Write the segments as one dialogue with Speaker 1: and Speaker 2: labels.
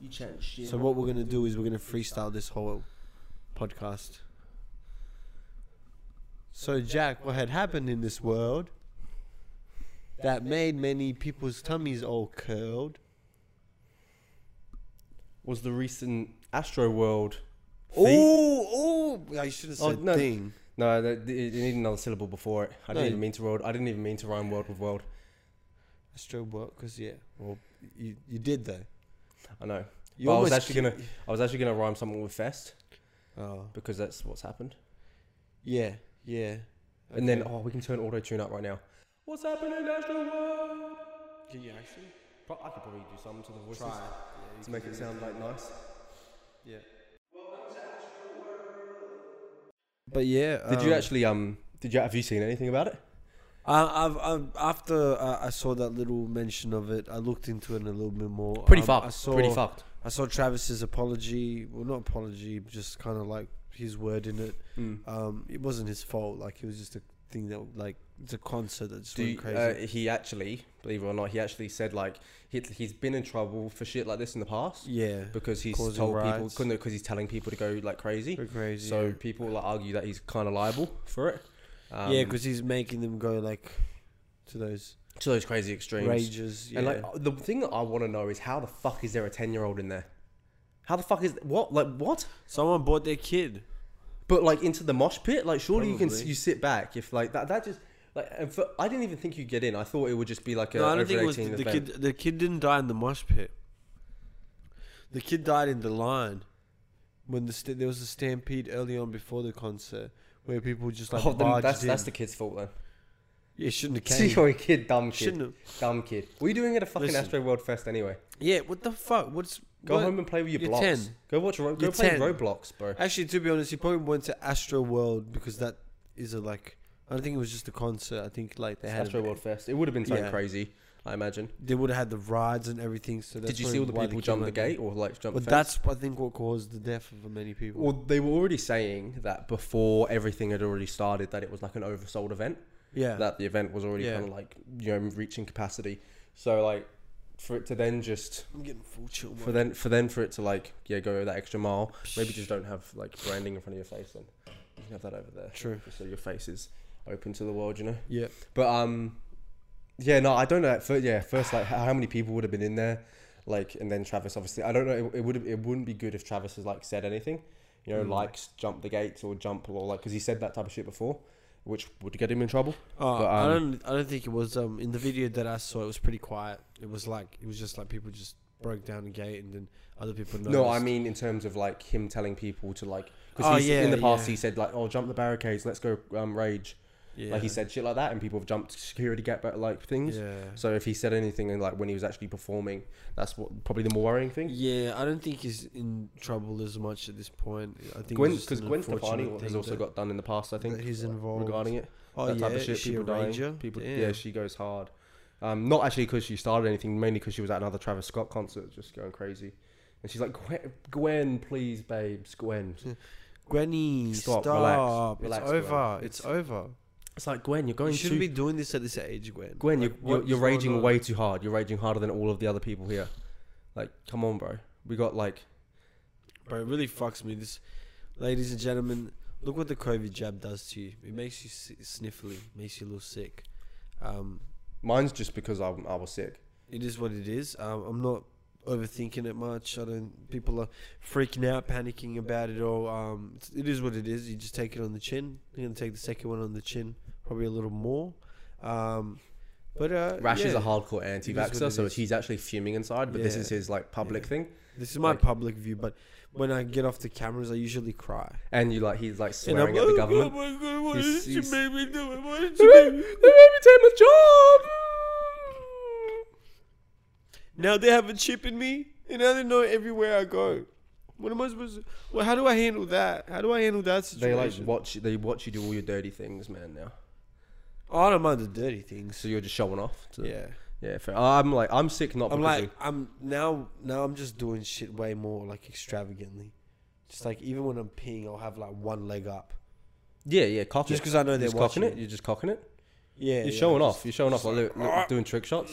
Speaker 1: You chatting shit.
Speaker 2: So what we're gonna do is we're gonna freestyle this whole podcast. So Jack, what had happened in this world that made many people's tummies all curled?
Speaker 3: Was the recent Astro World?
Speaker 2: Oh, oh! I should have
Speaker 3: Oh,
Speaker 2: said
Speaker 3: no.
Speaker 2: thing.
Speaker 3: No, that, you need another syllable before it. I
Speaker 2: No.
Speaker 3: didn't even mean to world. I didn't even mean to rhyme world with world.
Speaker 2: Astro work, because yeah. Well, you you did though.
Speaker 3: I know.
Speaker 2: You
Speaker 3: But I
Speaker 2: almost
Speaker 3: was actually
Speaker 2: ki-
Speaker 3: gonna. I was actually gonna rhyme something with fest
Speaker 2: Oh
Speaker 3: because that's what's happened.
Speaker 2: yeah, yeah.
Speaker 3: And then
Speaker 2: Okay.
Speaker 3: oh, we can turn auto tune up right now. What's happening in Astro World?
Speaker 1: Can you actually
Speaker 3: Pro- I could probably do something to the voices
Speaker 1: try?
Speaker 3: to make it sound like nice.
Speaker 1: Yeah.
Speaker 2: But yeah,
Speaker 3: Did you
Speaker 2: um,
Speaker 3: actually um? Did you have you seen anything about it?
Speaker 2: I, I've, I've after I, I saw that little mention of it, I looked into it a little bit more. Um, I saw,
Speaker 3: fucked.
Speaker 2: I saw Travis's apology. Well, not apology, just kind of like his word in it. Um, it wasn't his fault. Like it was just a thing that like it's a concert that just
Speaker 3: Do
Speaker 2: went
Speaker 3: you,
Speaker 2: crazy.
Speaker 3: uh, he actually, believe it or not, he actually said like he, he's been in trouble for shit like this in the past
Speaker 2: yeah,
Speaker 3: because he's
Speaker 2: Causing
Speaker 3: told people
Speaker 2: riots.
Speaker 3: couldn't because he's telling people to go like crazy.
Speaker 2: go crazy.
Speaker 3: So people like argue that he's kind of liable for it.
Speaker 2: yeah,
Speaker 3: Um,
Speaker 2: yeah, because he's making them go like to those
Speaker 3: to those crazy extremes.
Speaker 2: rages. Yeah.
Speaker 3: And like uh, the thing that I want to know is how the fuck is there a ten year old in there? How the fuck is what like what?
Speaker 2: someone bought their kid.
Speaker 3: But like into the mosh pit, like surely you can
Speaker 2: Probably.
Speaker 3: you sit back if like that that just like and for, I didn't even think you get in. I thought it would just be like uh, a
Speaker 2: No, I
Speaker 3: over
Speaker 2: don't think it was
Speaker 3: 18
Speaker 2: the, the
Speaker 3: event.
Speaker 2: kid. The kid didn't die in the mosh pit. The kid died in the line when the st- there was a stampede early on before the concert where people just like
Speaker 3: oh, then
Speaker 2: barged
Speaker 3: that's
Speaker 2: in.
Speaker 3: that's the kid's fault then.
Speaker 2: yeah, it shouldn't have came.
Speaker 3: You're a kid, dumb
Speaker 2: Shouldn't
Speaker 3: kid,
Speaker 2: have.
Speaker 3: dumb kid. What are you doing at a fucking
Speaker 2: Listen.
Speaker 3: Astro World Fest anyway?
Speaker 2: Yeah, what the fuck? What's
Speaker 3: Go
Speaker 2: what?
Speaker 3: home and play with your
Speaker 2: You're
Speaker 3: blocks.
Speaker 2: 10.
Speaker 3: Go watch. Ro- go
Speaker 2: You're
Speaker 3: play
Speaker 2: 10.
Speaker 3: Roblox, bro.
Speaker 2: Actually, to be honest, he probably went to Astro World because that is a like. I don't think it was just a concert. I think like they had
Speaker 3: Astro World Fest. It would have been something
Speaker 2: Yeah.
Speaker 3: crazy, I imagine.
Speaker 2: They would have had the rides and everything. So that's
Speaker 3: Did you see all the
Speaker 2: probably why
Speaker 3: people
Speaker 2: kid
Speaker 3: jump the
Speaker 2: went there.
Speaker 3: gate or like jump?
Speaker 2: But
Speaker 3: the fence?
Speaker 2: that's I think what caused the death of many people.
Speaker 3: Well, they were already saying that before everything had already started that it was like an oversold event,
Speaker 2: yeah,
Speaker 3: that the event was already
Speaker 2: Yeah.
Speaker 3: kind of like you know reaching capacity. So like for it to then just
Speaker 2: I'm getting full chill.
Speaker 3: for
Speaker 2: For
Speaker 3: then for then for it to like yeah go that extra mile, maybe just don't have like branding in front of your face then. You can have that over there.
Speaker 2: True.
Speaker 3: Just so your face is open to the world, you know.
Speaker 2: Yeah.
Speaker 3: But um, yeah, no, I don't know. At first, yeah, first like how how many people would have been in there, like, and then Travis obviously. I don't know. It, it would it wouldn't be good if Travis has like said anything, you know,
Speaker 2: Mm.
Speaker 3: like s- jump the gates or jump or like because he said that type of shit before, which would get him in trouble.
Speaker 2: Oh,
Speaker 3: But,
Speaker 2: I
Speaker 3: um,
Speaker 2: don't. I don't think it was. Um, in the video that I saw, it was pretty quiet. It was like it was just like people just broke down the gate, and then other people. Noticed.
Speaker 3: No, I mean in terms of like him telling people to like because
Speaker 2: Oh,
Speaker 3: yeah, in
Speaker 2: yeah,
Speaker 3: the past
Speaker 2: yeah.
Speaker 3: he said like oh jump the barricades, let's go um, rage,
Speaker 2: yeah.
Speaker 3: like he said shit like that, and people have jumped security gap like things.
Speaker 2: Yeah.
Speaker 3: So if he said anything and like when he was actually performing, that's what probably the more worrying thing.
Speaker 2: Yeah, I don't think he's in trouble as much at this point. I think
Speaker 3: Gwen,
Speaker 2: it's just
Speaker 3: because
Speaker 2: an
Speaker 3: Gwen
Speaker 2: unfortunate
Speaker 3: Stefani has
Speaker 2: thing
Speaker 3: also
Speaker 2: that-
Speaker 3: got done in the past, I think,
Speaker 2: that he's
Speaker 3: uh,
Speaker 2: involved.
Speaker 3: regarding it.
Speaker 2: oh
Speaker 3: that
Speaker 2: yeah,
Speaker 3: type of shit,
Speaker 2: is she
Speaker 3: people
Speaker 2: a ranger.
Speaker 3: dying, people,
Speaker 2: Damn.
Speaker 3: yeah, she goes hard. Um, not actually because she started anything, mainly because she was at another Travis Scott concert, just going crazy. And she's like, Gwen, Gwen please, babes, Gwen.
Speaker 2: Gwenny,
Speaker 3: Stop,
Speaker 2: stop!
Speaker 3: relax,
Speaker 2: it's
Speaker 3: relax, Gwen.
Speaker 2: over. It's over.
Speaker 3: It's like Gwen, you're going
Speaker 2: You
Speaker 3: too.
Speaker 2: shouldn't be doing this at this age, Gwen.
Speaker 3: Gwen,
Speaker 2: Like,
Speaker 3: you're,
Speaker 2: what
Speaker 3: you're, you're
Speaker 2: is going
Speaker 3: raging
Speaker 2: on?
Speaker 3: way too hard. You're raging harder than all of the other people here. Like, come on, bro. We got like,
Speaker 2: Bro, it really fucks me. This, ladies and gentlemen, look what the COVID jab does to you. It makes you si- sniffly, makes you a little sick. Um,
Speaker 3: mine's just because I, I was sick.
Speaker 2: it is what it is. Um, I'm not overthinking it much. I don't. People are freaking out, panicking about it all. Um, it's, it is what it is. You just take it on the chin. You're gonna take the second one on the chin, probably a little more. Um, but uh,
Speaker 3: Rash is
Speaker 2: yeah.
Speaker 3: a hardcore
Speaker 2: what
Speaker 3: anti-vaxxer,
Speaker 2: it
Speaker 3: so
Speaker 2: is.
Speaker 3: he's actually fuming inside. But this
Speaker 2: Yeah.
Speaker 3: is his like public
Speaker 2: Yeah.
Speaker 3: thing.
Speaker 2: This is my
Speaker 3: like-
Speaker 2: public view, but when I get off the cameras, I usually cry.
Speaker 3: And you like, he's like
Speaker 2: And I'm
Speaker 3: swearing at the
Speaker 2: like,
Speaker 3: government.
Speaker 2: Oh my god, why
Speaker 3: He's-
Speaker 2: did you
Speaker 3: he's-
Speaker 2: make me do it? Why did
Speaker 3: They
Speaker 2: you make
Speaker 3: made
Speaker 2: me
Speaker 3: me take my job.
Speaker 2: Now they have a chip in me, and now they know everywhere I go. What am I supposed to? Well, how do I handle that? How do I handle that
Speaker 3: They like
Speaker 2: situation?
Speaker 3: watch. They watch you do all your dirty things, man. Now,
Speaker 2: oh, I don't mind the dirty things.
Speaker 3: so you're just showing off. To,
Speaker 2: Yeah,
Speaker 3: yeah. Fair. I'm like, I'm sick. Not.
Speaker 2: I'm
Speaker 3: because
Speaker 2: like,
Speaker 3: of-
Speaker 2: I'm now. Now I'm just doing shit way more like extravagantly. Just like even when I'm peeing, I'll have like one leg up.
Speaker 3: yeah, yeah. Cock
Speaker 2: Just
Speaker 3: it.
Speaker 2: 'cause I know
Speaker 3: You're
Speaker 2: they're
Speaker 3: just cocking
Speaker 2: watching.
Speaker 3: it. You're just cocking it.
Speaker 2: Yeah,
Speaker 3: You're
Speaker 2: yeah,
Speaker 3: showing
Speaker 2: just- mm.
Speaker 3: off. You're showing off. Like, look, look, doing trick shots.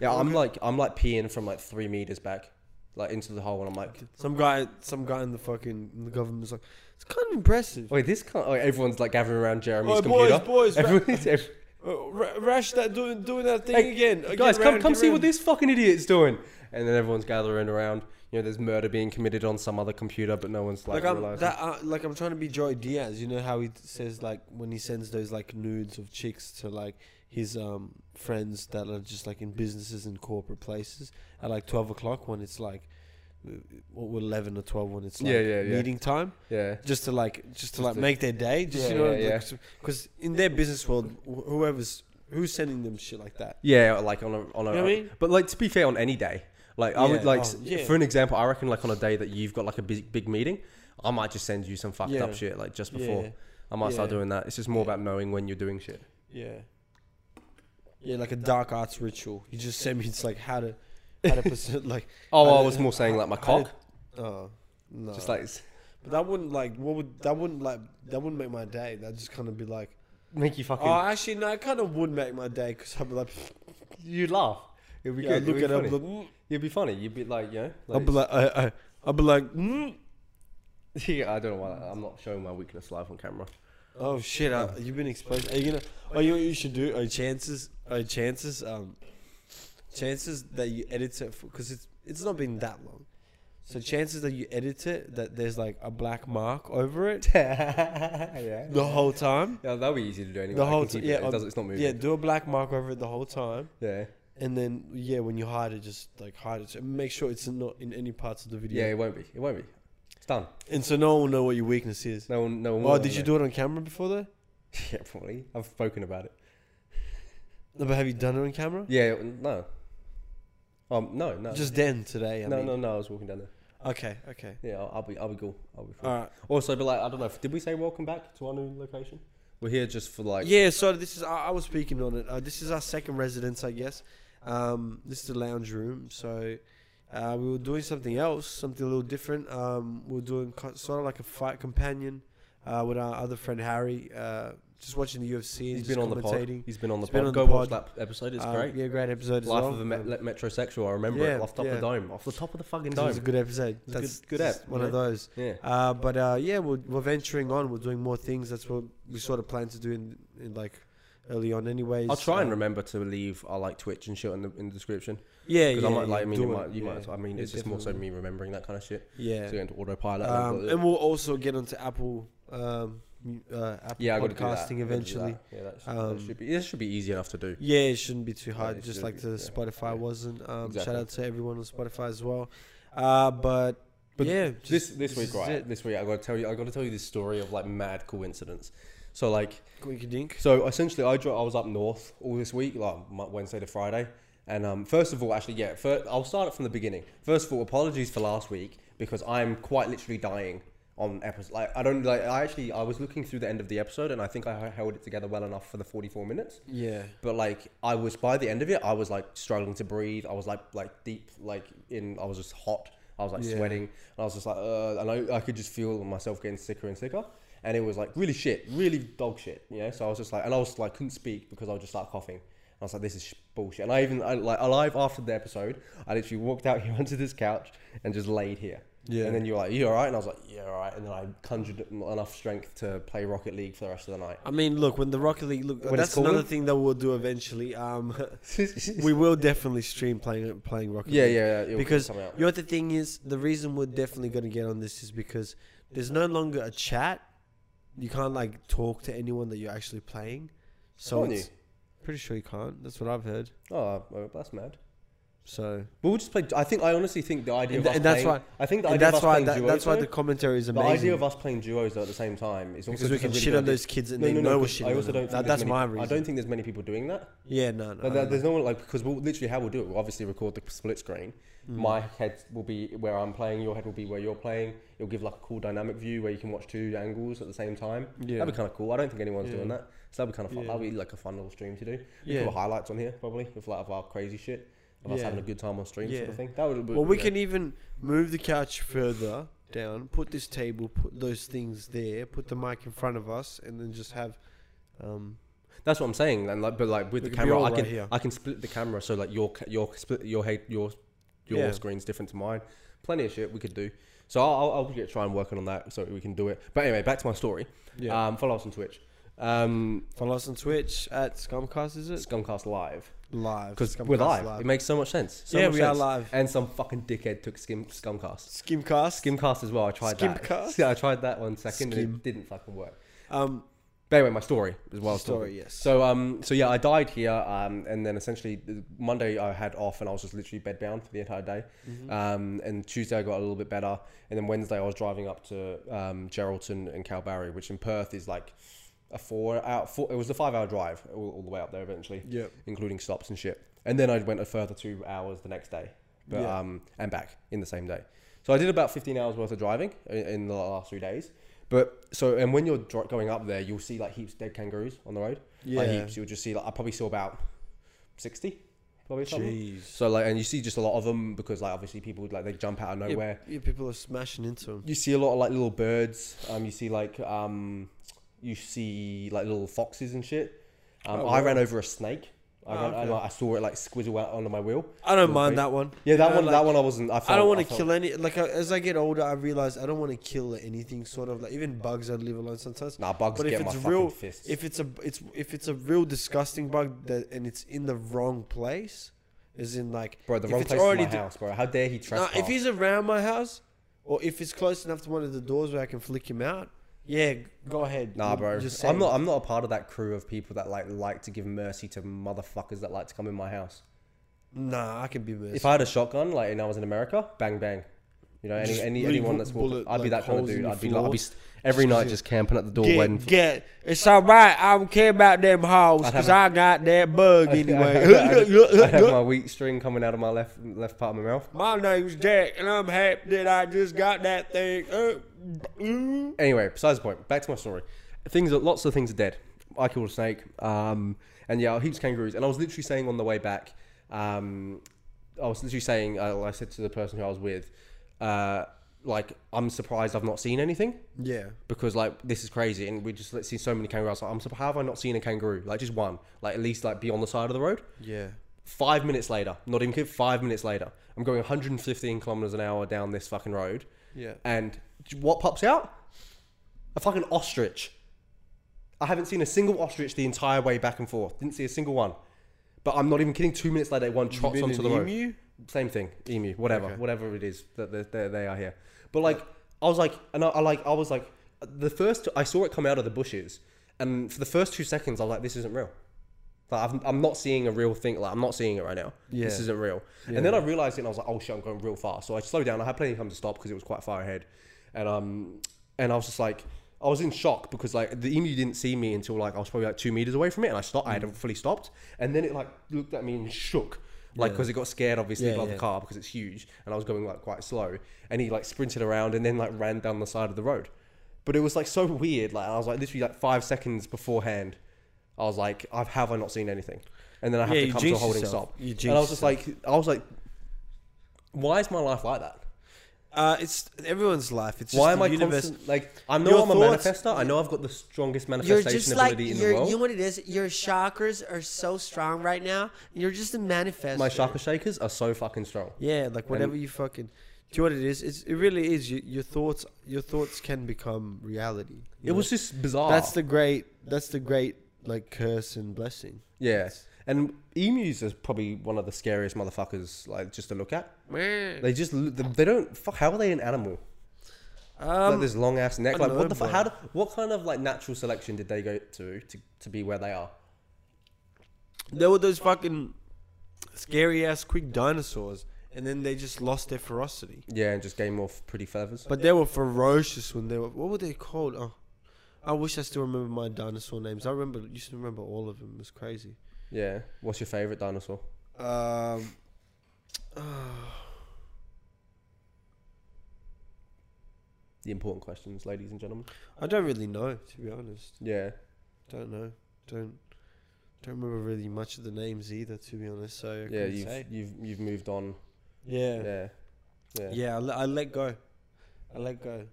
Speaker 3: Yeah, I'm like, I'm like peeing from like three meters back. like into the hole, and I'm like,
Speaker 2: Some guy, some guy in the fucking in the government's like, it's kind of impressive.
Speaker 3: wait, this can't. Oh, everyone's like gathering around Jeremy's
Speaker 2: Oi, boys,
Speaker 3: computer.
Speaker 2: boys, ra-
Speaker 3: Everyone's, ev-
Speaker 2: Uh, Ra- Rash that doing doing that thing
Speaker 3: Hey,
Speaker 2: again. Uh,
Speaker 3: guys,
Speaker 2: get
Speaker 3: come
Speaker 2: round,
Speaker 3: come
Speaker 2: get
Speaker 3: see what
Speaker 2: round.
Speaker 3: this fucking idiot's doing. And then everyone's gathering around. You know, there's murder being committed on some other computer, but no one's like,
Speaker 2: Like I'm
Speaker 3: realizing.
Speaker 2: that uh, like I'm trying to be Joy Diaz. You know how he t- says like when he sends those like nudes of chicks to like his um friends that are just like in businesses and corporate places at like twelve o'clock when it's like uh, what eleven or twelve when it's like
Speaker 3: Yeah, yeah, yeah.
Speaker 2: meeting time.
Speaker 3: yeah.
Speaker 2: just to like just, to
Speaker 3: Just
Speaker 2: like
Speaker 3: to-
Speaker 2: make their day just
Speaker 3: Yeah,
Speaker 2: you know
Speaker 3: yeah, yeah.
Speaker 2: because in their business world wh- whoever's who's sending them shit like that
Speaker 3: Yeah, like on a on a.
Speaker 2: You know what I mean?
Speaker 3: But like to be fair, on any day, like I would
Speaker 2: Yeah.
Speaker 3: like
Speaker 2: Oh, yeah.
Speaker 3: for an example, I reckon like on a day that you've got like a big big meeting, I might just send you some fucked
Speaker 2: Yeah.
Speaker 3: up shit like just
Speaker 2: Yeah,
Speaker 3: before. I might start
Speaker 2: Yeah.
Speaker 3: doing that. It's just more
Speaker 2: Yeah.
Speaker 3: about knowing when you're doing shit.
Speaker 2: yeah yeah like a dark arts ritual you just send me it's like how to how to present like
Speaker 3: Oh,
Speaker 2: How
Speaker 3: I
Speaker 2: to-
Speaker 3: was more saying like my
Speaker 2: how to-
Speaker 3: cock,
Speaker 2: oh no
Speaker 3: just like s-
Speaker 2: but that wouldn't like what would that wouldn't like that wouldn't make my day that'd just kind of be like
Speaker 3: make you fucking.
Speaker 2: oh actually no it kind of would make my day because I'd be like
Speaker 3: you'd laugh. It'd be
Speaker 2: yeah,
Speaker 3: good.
Speaker 2: look
Speaker 3: it'd
Speaker 2: at
Speaker 3: be
Speaker 2: it
Speaker 3: funny.
Speaker 2: I'd be like, mm.
Speaker 3: You'd be funny. You'd be like, you know,
Speaker 2: I'd be like "Mm." I, I, I'd be like mm.
Speaker 3: yeah, I don't know why I'm not showing my weakness live on camera.
Speaker 2: Oh shit! Uh, you've been exposed. Are you gonna? Oh, you know what you should do? Oh, chances. Oh, chances. Um, chances that you edit it because it's it's not been that long. So chances that you edit it that there's like a black mark over it
Speaker 3: yeah.
Speaker 2: the whole time.
Speaker 3: Yeah, that'll be easy to do anyway.
Speaker 2: The
Speaker 3: I can
Speaker 2: whole
Speaker 3: keep
Speaker 2: time.
Speaker 3: it.
Speaker 2: Yeah,
Speaker 3: it
Speaker 2: um,
Speaker 3: does, it's not moving.
Speaker 2: Yeah, do a black mark over it the whole time,
Speaker 3: yeah,
Speaker 2: and then yeah, when you hide it, just like hide it. So Make sure it's not in any parts of the video.
Speaker 3: yeah. It won't be. It won't be. It's done.
Speaker 2: And so no one will know what your weakness is.
Speaker 3: No one, no one.
Speaker 2: Oh, did you do it on camera before though?
Speaker 3: Yeah, probably. I've spoken about it.
Speaker 2: No, but have you done it on camera?
Speaker 3: Yeah, no. Um, no, no.
Speaker 2: Just then today. I
Speaker 3: no,
Speaker 2: mean.
Speaker 3: no, no. I was walking down there.
Speaker 2: Okay. Okay.
Speaker 3: Yeah, I'll, I'll be, I'll be cool. I'll be free.
Speaker 2: All right.
Speaker 3: Also, but like, I don't know. Did we say welcome back to our new location? We're here just for like.
Speaker 2: yeah so this is I, I was speaking on it uh, this is our second residence i guess um, this is the lounge room so uh, we were doing something else something a little different um, we were doing co- sort of like a fight companion uh, with our other friend harry uh, just watching the ufc
Speaker 3: He's
Speaker 2: just
Speaker 3: been on the pod.
Speaker 2: commentating.
Speaker 3: He's been on the
Speaker 2: He's
Speaker 3: pod.
Speaker 2: been on
Speaker 3: Go
Speaker 2: the
Speaker 3: watch
Speaker 2: pod.
Speaker 3: that episode. It's
Speaker 2: Um,
Speaker 3: great.
Speaker 2: yeah great episode
Speaker 3: Life
Speaker 2: as well.
Speaker 3: of a me-
Speaker 2: Um,
Speaker 3: le- metrosexual. I remember it
Speaker 2: yeah,
Speaker 3: off the top
Speaker 2: yeah.
Speaker 3: of the dome. Off the top of the fucking
Speaker 2: so it was a
Speaker 3: dome.
Speaker 2: good episode
Speaker 3: was a
Speaker 2: that's
Speaker 3: good- good
Speaker 2: that's
Speaker 3: ep,
Speaker 2: one
Speaker 3: you
Speaker 2: of
Speaker 3: know?
Speaker 2: those
Speaker 3: Yeah.
Speaker 2: uh, but uh, yeah, we're, we're venturing on. We're doing more things. That's what we sort of plan to do in, in like early on, anyways.
Speaker 3: I'll try and
Speaker 2: Um,
Speaker 3: remember to leave our like Twitch and shit in the, in the description.
Speaker 2: Yeah,
Speaker 3: Because
Speaker 2: yeah,
Speaker 3: I might like, I
Speaker 2: yeah,
Speaker 3: mean, you
Speaker 2: do it,
Speaker 3: might, you might.
Speaker 2: yeah.
Speaker 3: I mean,
Speaker 2: Yeah,
Speaker 3: it's just more so
Speaker 2: definitely.
Speaker 3: me remembering that kind of shit.
Speaker 2: Yeah.
Speaker 3: So you into autopilot.
Speaker 2: Um, and we'll also get onto Apple, um, mu- uh, Apple
Speaker 3: yeah, I got
Speaker 2: podcasting eventually.
Speaker 3: Yeah, that should,
Speaker 2: Um,
Speaker 3: that should be. This should be easy enough to do.
Speaker 2: Yeah, it shouldn't be too
Speaker 3: Yeah,
Speaker 2: hard,
Speaker 3: it
Speaker 2: just
Speaker 3: should
Speaker 2: like
Speaker 3: be,
Speaker 2: the
Speaker 3: yeah,
Speaker 2: Spotify
Speaker 3: yeah.
Speaker 2: wasn't. Um, Shout
Speaker 3: Exactly.
Speaker 2: out to everyone on Spotify as well. Uh, but,
Speaker 3: But
Speaker 2: yeah,
Speaker 3: this
Speaker 2: just-
Speaker 3: this week,
Speaker 2: is
Speaker 3: right?
Speaker 2: it.
Speaker 3: This week, I got to tell you, I got to tell you this story of like mad coincidence. So like,
Speaker 2: Quinkydink.
Speaker 3: so essentially, I dro- I was up north all this week, like Mo- Wednesday to Friday. And um, first of all, actually, yeah, fir- I'll start it from the beginning. First of all, apologies for last week because I'm quite literally dying on episode. Like, I don't like. I actually, I was looking through the end of the episode, and I think I held it together well enough for the 44 minutes.
Speaker 2: Yeah,
Speaker 3: But like I was by the end of it, I was like struggling to breathe. I was like like deep like in. I was just hot. I was like
Speaker 2: Yeah.
Speaker 3: sweating, and I was just like, uh, and I, I could just feel myself getting sicker and sicker. And it was like really shit, really dog shit, you know. So I was just like, and I was like couldn't speak because I was just like coughing. I was like, this is sh- bullshit. And I even I, like alive after the episode, I literally walked out here onto this couch and just laid here.
Speaker 2: Yeah.
Speaker 3: And then you were like, you all right? And I was like, yeah, all right. And then I conjured enough strength to play Rocket League for the rest of the night.
Speaker 2: I mean, look when the Rocket League look.
Speaker 3: When it's
Speaker 2: that's another
Speaker 3: cooler?
Speaker 2: thing that we'll do eventually. Um, we will definitely stream playing playing Rocket
Speaker 3: yeah,
Speaker 2: League.
Speaker 3: yeah, it'll
Speaker 2: because
Speaker 3: come out.
Speaker 2: you know what the thing is the reason we're definitely going to get on this is because there's no longer a chat you can't like talk to anyone that you're actually playing so
Speaker 3: Can't
Speaker 2: it's- pretty sure you can't that's what i've heard
Speaker 3: Oh, well, that's mad.
Speaker 2: so
Speaker 3: But we'll just play. I think I honestly think the idea
Speaker 2: And th-
Speaker 3: of us
Speaker 2: and that's
Speaker 3: playing,
Speaker 2: why-
Speaker 3: I think the idea
Speaker 2: and that's
Speaker 3: of us
Speaker 2: why
Speaker 3: playing
Speaker 2: that,
Speaker 3: duos.
Speaker 2: that's why
Speaker 3: though,
Speaker 2: the commentary is
Speaker 3: the
Speaker 2: amazing
Speaker 3: idea of us playing duos though at the same time is also
Speaker 2: because we
Speaker 3: just a
Speaker 2: can
Speaker 3: really
Speaker 2: shit
Speaker 3: good
Speaker 2: on
Speaker 3: idea.
Speaker 2: those kids and
Speaker 3: No,
Speaker 2: they
Speaker 3: no,
Speaker 2: know
Speaker 3: no.
Speaker 2: we're
Speaker 3: but
Speaker 2: shitting
Speaker 3: I
Speaker 2: on
Speaker 3: also
Speaker 2: them.
Speaker 3: don't.
Speaker 2: That-
Speaker 3: Think
Speaker 2: that's
Speaker 3: there's many,
Speaker 2: my
Speaker 3: I
Speaker 2: reason
Speaker 3: don't think there's many people doing that.
Speaker 2: yeah no no,
Speaker 3: But
Speaker 2: no,
Speaker 3: there-
Speaker 2: no.
Speaker 3: there's no one like because we'll literally how we'll do it. We'll obviously record the split screen.
Speaker 2: Hmm.
Speaker 3: My head will be where I'm playing. Your head will be where you're playing. It'll give like a cool dynamic view where you can watch two angles at the same time.
Speaker 2: Yeah.
Speaker 3: That'd be kind of cool. I don't think anyone's
Speaker 2: Yeah.
Speaker 3: doing that, so that'd be kind of fun.
Speaker 2: Yeah.
Speaker 3: That'd be like a fun little stream to do. We
Speaker 2: Yeah.
Speaker 3: could put highlights on here probably with like of our crazy shit of us
Speaker 2: Yeah.
Speaker 3: having a good time on stream sort of
Speaker 2: Yeah.
Speaker 3: thing. That would.
Speaker 2: well we can even move the couch further down put this table put those things there put the mic in front of us and then just have um
Speaker 3: That's what I'm saying. And like, but like with
Speaker 2: We
Speaker 3: the
Speaker 2: could be
Speaker 3: camera,
Speaker 2: all
Speaker 3: I can
Speaker 2: right here.
Speaker 3: I can split the camera so like your ca- your split your head your your
Speaker 2: Yeah.
Speaker 3: screen's different to mine. Plenty of shit we could do. So I'll, I'll, I'll get trying working on that so we can do it. But anyway, back to my story.
Speaker 2: Yeah.
Speaker 3: Um, follow us on Twitch. Um,
Speaker 2: Follow us on Twitch at Scumcast. Is it
Speaker 3: Scumcast Live.
Speaker 2: live?
Speaker 3: Because
Speaker 2: Scumcast
Speaker 3: we're live. It makes so much sense. So
Speaker 2: yeah,
Speaker 3: much
Speaker 2: we are
Speaker 3: sense.
Speaker 2: live.
Speaker 3: And some fucking dickhead took Skim Scumcast.
Speaker 2: Skimcast.
Speaker 3: Skimcast as well. I tried that.
Speaker 2: Skimcast?
Speaker 3: Yeah, I tried that one second and
Speaker 2: Skim.
Speaker 3: it didn't fucking work.
Speaker 2: um,
Speaker 3: But anyway, my story as well.
Speaker 2: Story,
Speaker 3: talking.
Speaker 2: yes.
Speaker 3: So um, so yeah, I died here, um, and then essentially the- Monday I had off, and I was just literally bedbound for the entire day.
Speaker 2: Mm-hmm.
Speaker 3: Um, and Tuesday I got a little bit better, and then Wednesday I was driving up to um, Geraldton and Calbarry, which in Perth is like a four hour. Four, it was a five hour drive all, all the way up there eventually,
Speaker 2: Yep.
Speaker 3: including stops and shit. And then I went a further two hours the next day, but
Speaker 2: Yeah.
Speaker 3: um, and back in the same day. So I did about 15 hours worth of driving in, in the last three days. But so and when you're dri- going up there, you'll see like heaps of dead kangaroos on the road. like
Speaker 2: Yeah.
Speaker 3: heaps. You'll just see like I probably saw about 60, probably something.
Speaker 2: Jeez.
Speaker 3: So like and you see just a lot of them because like obviously people would, like they jump out of
Speaker 2: Yeah,
Speaker 3: nowhere.
Speaker 2: yeah, people are smashing into them.
Speaker 3: You see a lot of like little birds. Um, you see like um, you see like little foxes and shit. Um,
Speaker 2: Oh,
Speaker 3: I
Speaker 2: wow.
Speaker 3: ran over a snake. I,
Speaker 2: Oh,
Speaker 3: ran, I,
Speaker 2: okay.
Speaker 3: I saw it like squizzle out under my wheel.
Speaker 2: I don't
Speaker 3: Little
Speaker 2: mind
Speaker 3: face.
Speaker 2: that one.
Speaker 3: Yeah,
Speaker 2: You
Speaker 3: that
Speaker 2: know,
Speaker 3: one.
Speaker 2: Uh, like,
Speaker 3: that one I wasn't. I, felt,
Speaker 2: I don't want
Speaker 3: I
Speaker 2: to
Speaker 3: felt-
Speaker 2: kill any. Like I, as I get older, I realize I don't want to kill anything. Sort of like even bugs I live alone sometimes.
Speaker 3: Nah, bugs
Speaker 2: But if
Speaker 3: get my
Speaker 2: it's
Speaker 3: fucking
Speaker 2: real-
Speaker 3: fists.
Speaker 2: If it's a it's if it's a real disgusting bug that and it's in the wrong place, as in like
Speaker 3: Bro, the
Speaker 2: if
Speaker 3: wrong
Speaker 2: it's
Speaker 3: place is my
Speaker 2: already d-
Speaker 3: house, bro. How dare he
Speaker 2: Nah,
Speaker 3: trespass?
Speaker 2: if he's around my house, or if it's close enough to one of the doors where I can flick him out, yeah, go ahead.
Speaker 3: Nah,
Speaker 2: You're
Speaker 3: bro.
Speaker 2: Just
Speaker 3: I'm
Speaker 2: saying.
Speaker 3: not. I'm not a part of that crew of people that like like to give mercy to motherfuckers that like to come in my house.
Speaker 2: Nah, I can be merciful.
Speaker 3: If I had a shotgun, like and I was in America, bang bang. You know, any,
Speaker 2: Just
Speaker 3: any
Speaker 2: leave
Speaker 3: anyone
Speaker 2: bu-
Speaker 3: that's walking,
Speaker 2: bullet,
Speaker 3: I'd
Speaker 2: like,
Speaker 3: be that kind of
Speaker 2: holes in
Speaker 3: dude.
Speaker 2: your
Speaker 3: I'd be, like, I'd be
Speaker 2: floor.
Speaker 3: st- every night just camping at the door waiting.
Speaker 2: Get,
Speaker 3: For,
Speaker 2: get it's all right. I don't care about them hoes
Speaker 3: I'd have
Speaker 2: because
Speaker 3: a-
Speaker 2: I got that bug
Speaker 3: I'd, I'd have
Speaker 2: anyway.
Speaker 3: my wheat string coming out of my left left part of my mouth.
Speaker 2: my name's Jack, and I'm happy that I just got that thing. Uh, mm.
Speaker 3: Anyway, besides the point. Back to my story. Things are lots of things are dead. I killed a snake. Um, and yeah, heaps of kangaroos. And I was literally saying on the way back. Um, I was literally saying. Uh, I said to the person who I was with, uh, like, I'm surprised I've not seen anything.
Speaker 2: yeah,
Speaker 3: because like this is crazy and we just let's see so many kangaroos like, i'm surprised how have i not seen a kangaroo like just one like at least like be on the side of the road
Speaker 2: yeah.
Speaker 3: five minutes later not even kid five minutes later i'm going 115 kilometers an hour down this fucking road
Speaker 2: Yeah.
Speaker 3: and what pops out a fucking ostrich i haven't seen a single ostrich the entire way back and forth didn't see a single one but i'm not even kidding two minutes later one trots onto the road same thing, emu, whatever,
Speaker 2: Okay.
Speaker 3: whatever it is that they, they, they are here. But like, I was like, and I, I like, I was like, the first I saw it come out of the bushes, and for the first two seconds, I was like, this isn't real. Like, I've, I'm not seeing a real thing. Like, I'm not seeing it right now.
Speaker 2: Yeah.
Speaker 3: This isn't real. And then I realized it, and I was like, oh shit, I'm going real fast. So I slowed down. I had plenty of time to stop because it was quite far ahead, and um, and I was just like. I was in shock because like the emu didn't see me until like I was probably like two meters away from it, and I stopped. I
Speaker 2: Mm.
Speaker 3: had fully stopped, and then it like looked at me and shook, like because it got scared obviously
Speaker 2: Yeah,
Speaker 3: by the
Speaker 2: yeah.
Speaker 3: car because it's huge, and I was going like quite slow, and he like sprinted around and then like ran down the side of the road, but it was like so weird. Like I was like literally like five seconds beforehand, I was like, I've have I not seen anything, and then I have
Speaker 2: Yeah,
Speaker 3: to
Speaker 2: you
Speaker 3: come to a
Speaker 2: jinxed
Speaker 3: holding
Speaker 2: yourself.
Speaker 3: stop,
Speaker 2: You
Speaker 3: and
Speaker 2: jinxed
Speaker 3: I was just like, I was like, why is my life like that?
Speaker 2: Uh, it's everyone's life. It's just
Speaker 3: Why am
Speaker 2: the
Speaker 3: I
Speaker 2: universe.
Speaker 3: constant, like? I know
Speaker 2: Your
Speaker 3: I'm a
Speaker 2: thoughts-
Speaker 3: manifester. I know I've got the strongest
Speaker 4: You're
Speaker 3: manifestation
Speaker 4: just like
Speaker 3: ability in the
Speaker 4: you're,
Speaker 3: world.
Speaker 4: you. know What it is? Your chakras are so strong right now. You're just a manifest.
Speaker 3: my chakra shakers are so fucking strong.
Speaker 2: Yeah, like whatever you fucking. Do you know what it is? It's, it really is. You, your thoughts, your thoughts can become reality. you
Speaker 3: It
Speaker 2: know?
Speaker 3: was just bizarre.
Speaker 2: That's the great. That's the great like curse and blessing.
Speaker 3: yeah. And emus is probably one of the scariest motherfuckers, like just to look at. They just l- they don't fuck. How are they an animal? like
Speaker 2: Um,
Speaker 3: this long ass neck.
Speaker 2: I
Speaker 3: Like
Speaker 2: don't
Speaker 3: what
Speaker 2: know,
Speaker 3: the fuck?
Speaker 2: bro.
Speaker 3: How do, what kind of like natural selection did they go to to, to be where they are?
Speaker 2: there were those fucking scary ass quick dinosaurs, and then they just lost their ferocity.
Speaker 3: Yeah, and just game off pretty feathers.
Speaker 2: But they were ferocious when they were. What were they called? Oh, I wish I still remember my dinosaur names. I remember used to remember all of them. It was crazy.
Speaker 3: Yeah. What's your favorite dinosaur?
Speaker 2: Um,
Speaker 3: The important questions, ladies and gentlemen.
Speaker 2: I don't really know to be honest.
Speaker 3: Yeah.
Speaker 2: Don't know. Don't don't remember really much of the names either, to be honest. So I
Speaker 3: yeah.
Speaker 2: couldn't
Speaker 3: You've
Speaker 2: say.
Speaker 3: you've you've moved on.
Speaker 2: yeah, yeah,
Speaker 3: Yeah. Yeah.
Speaker 2: I, le- I let go. I let go.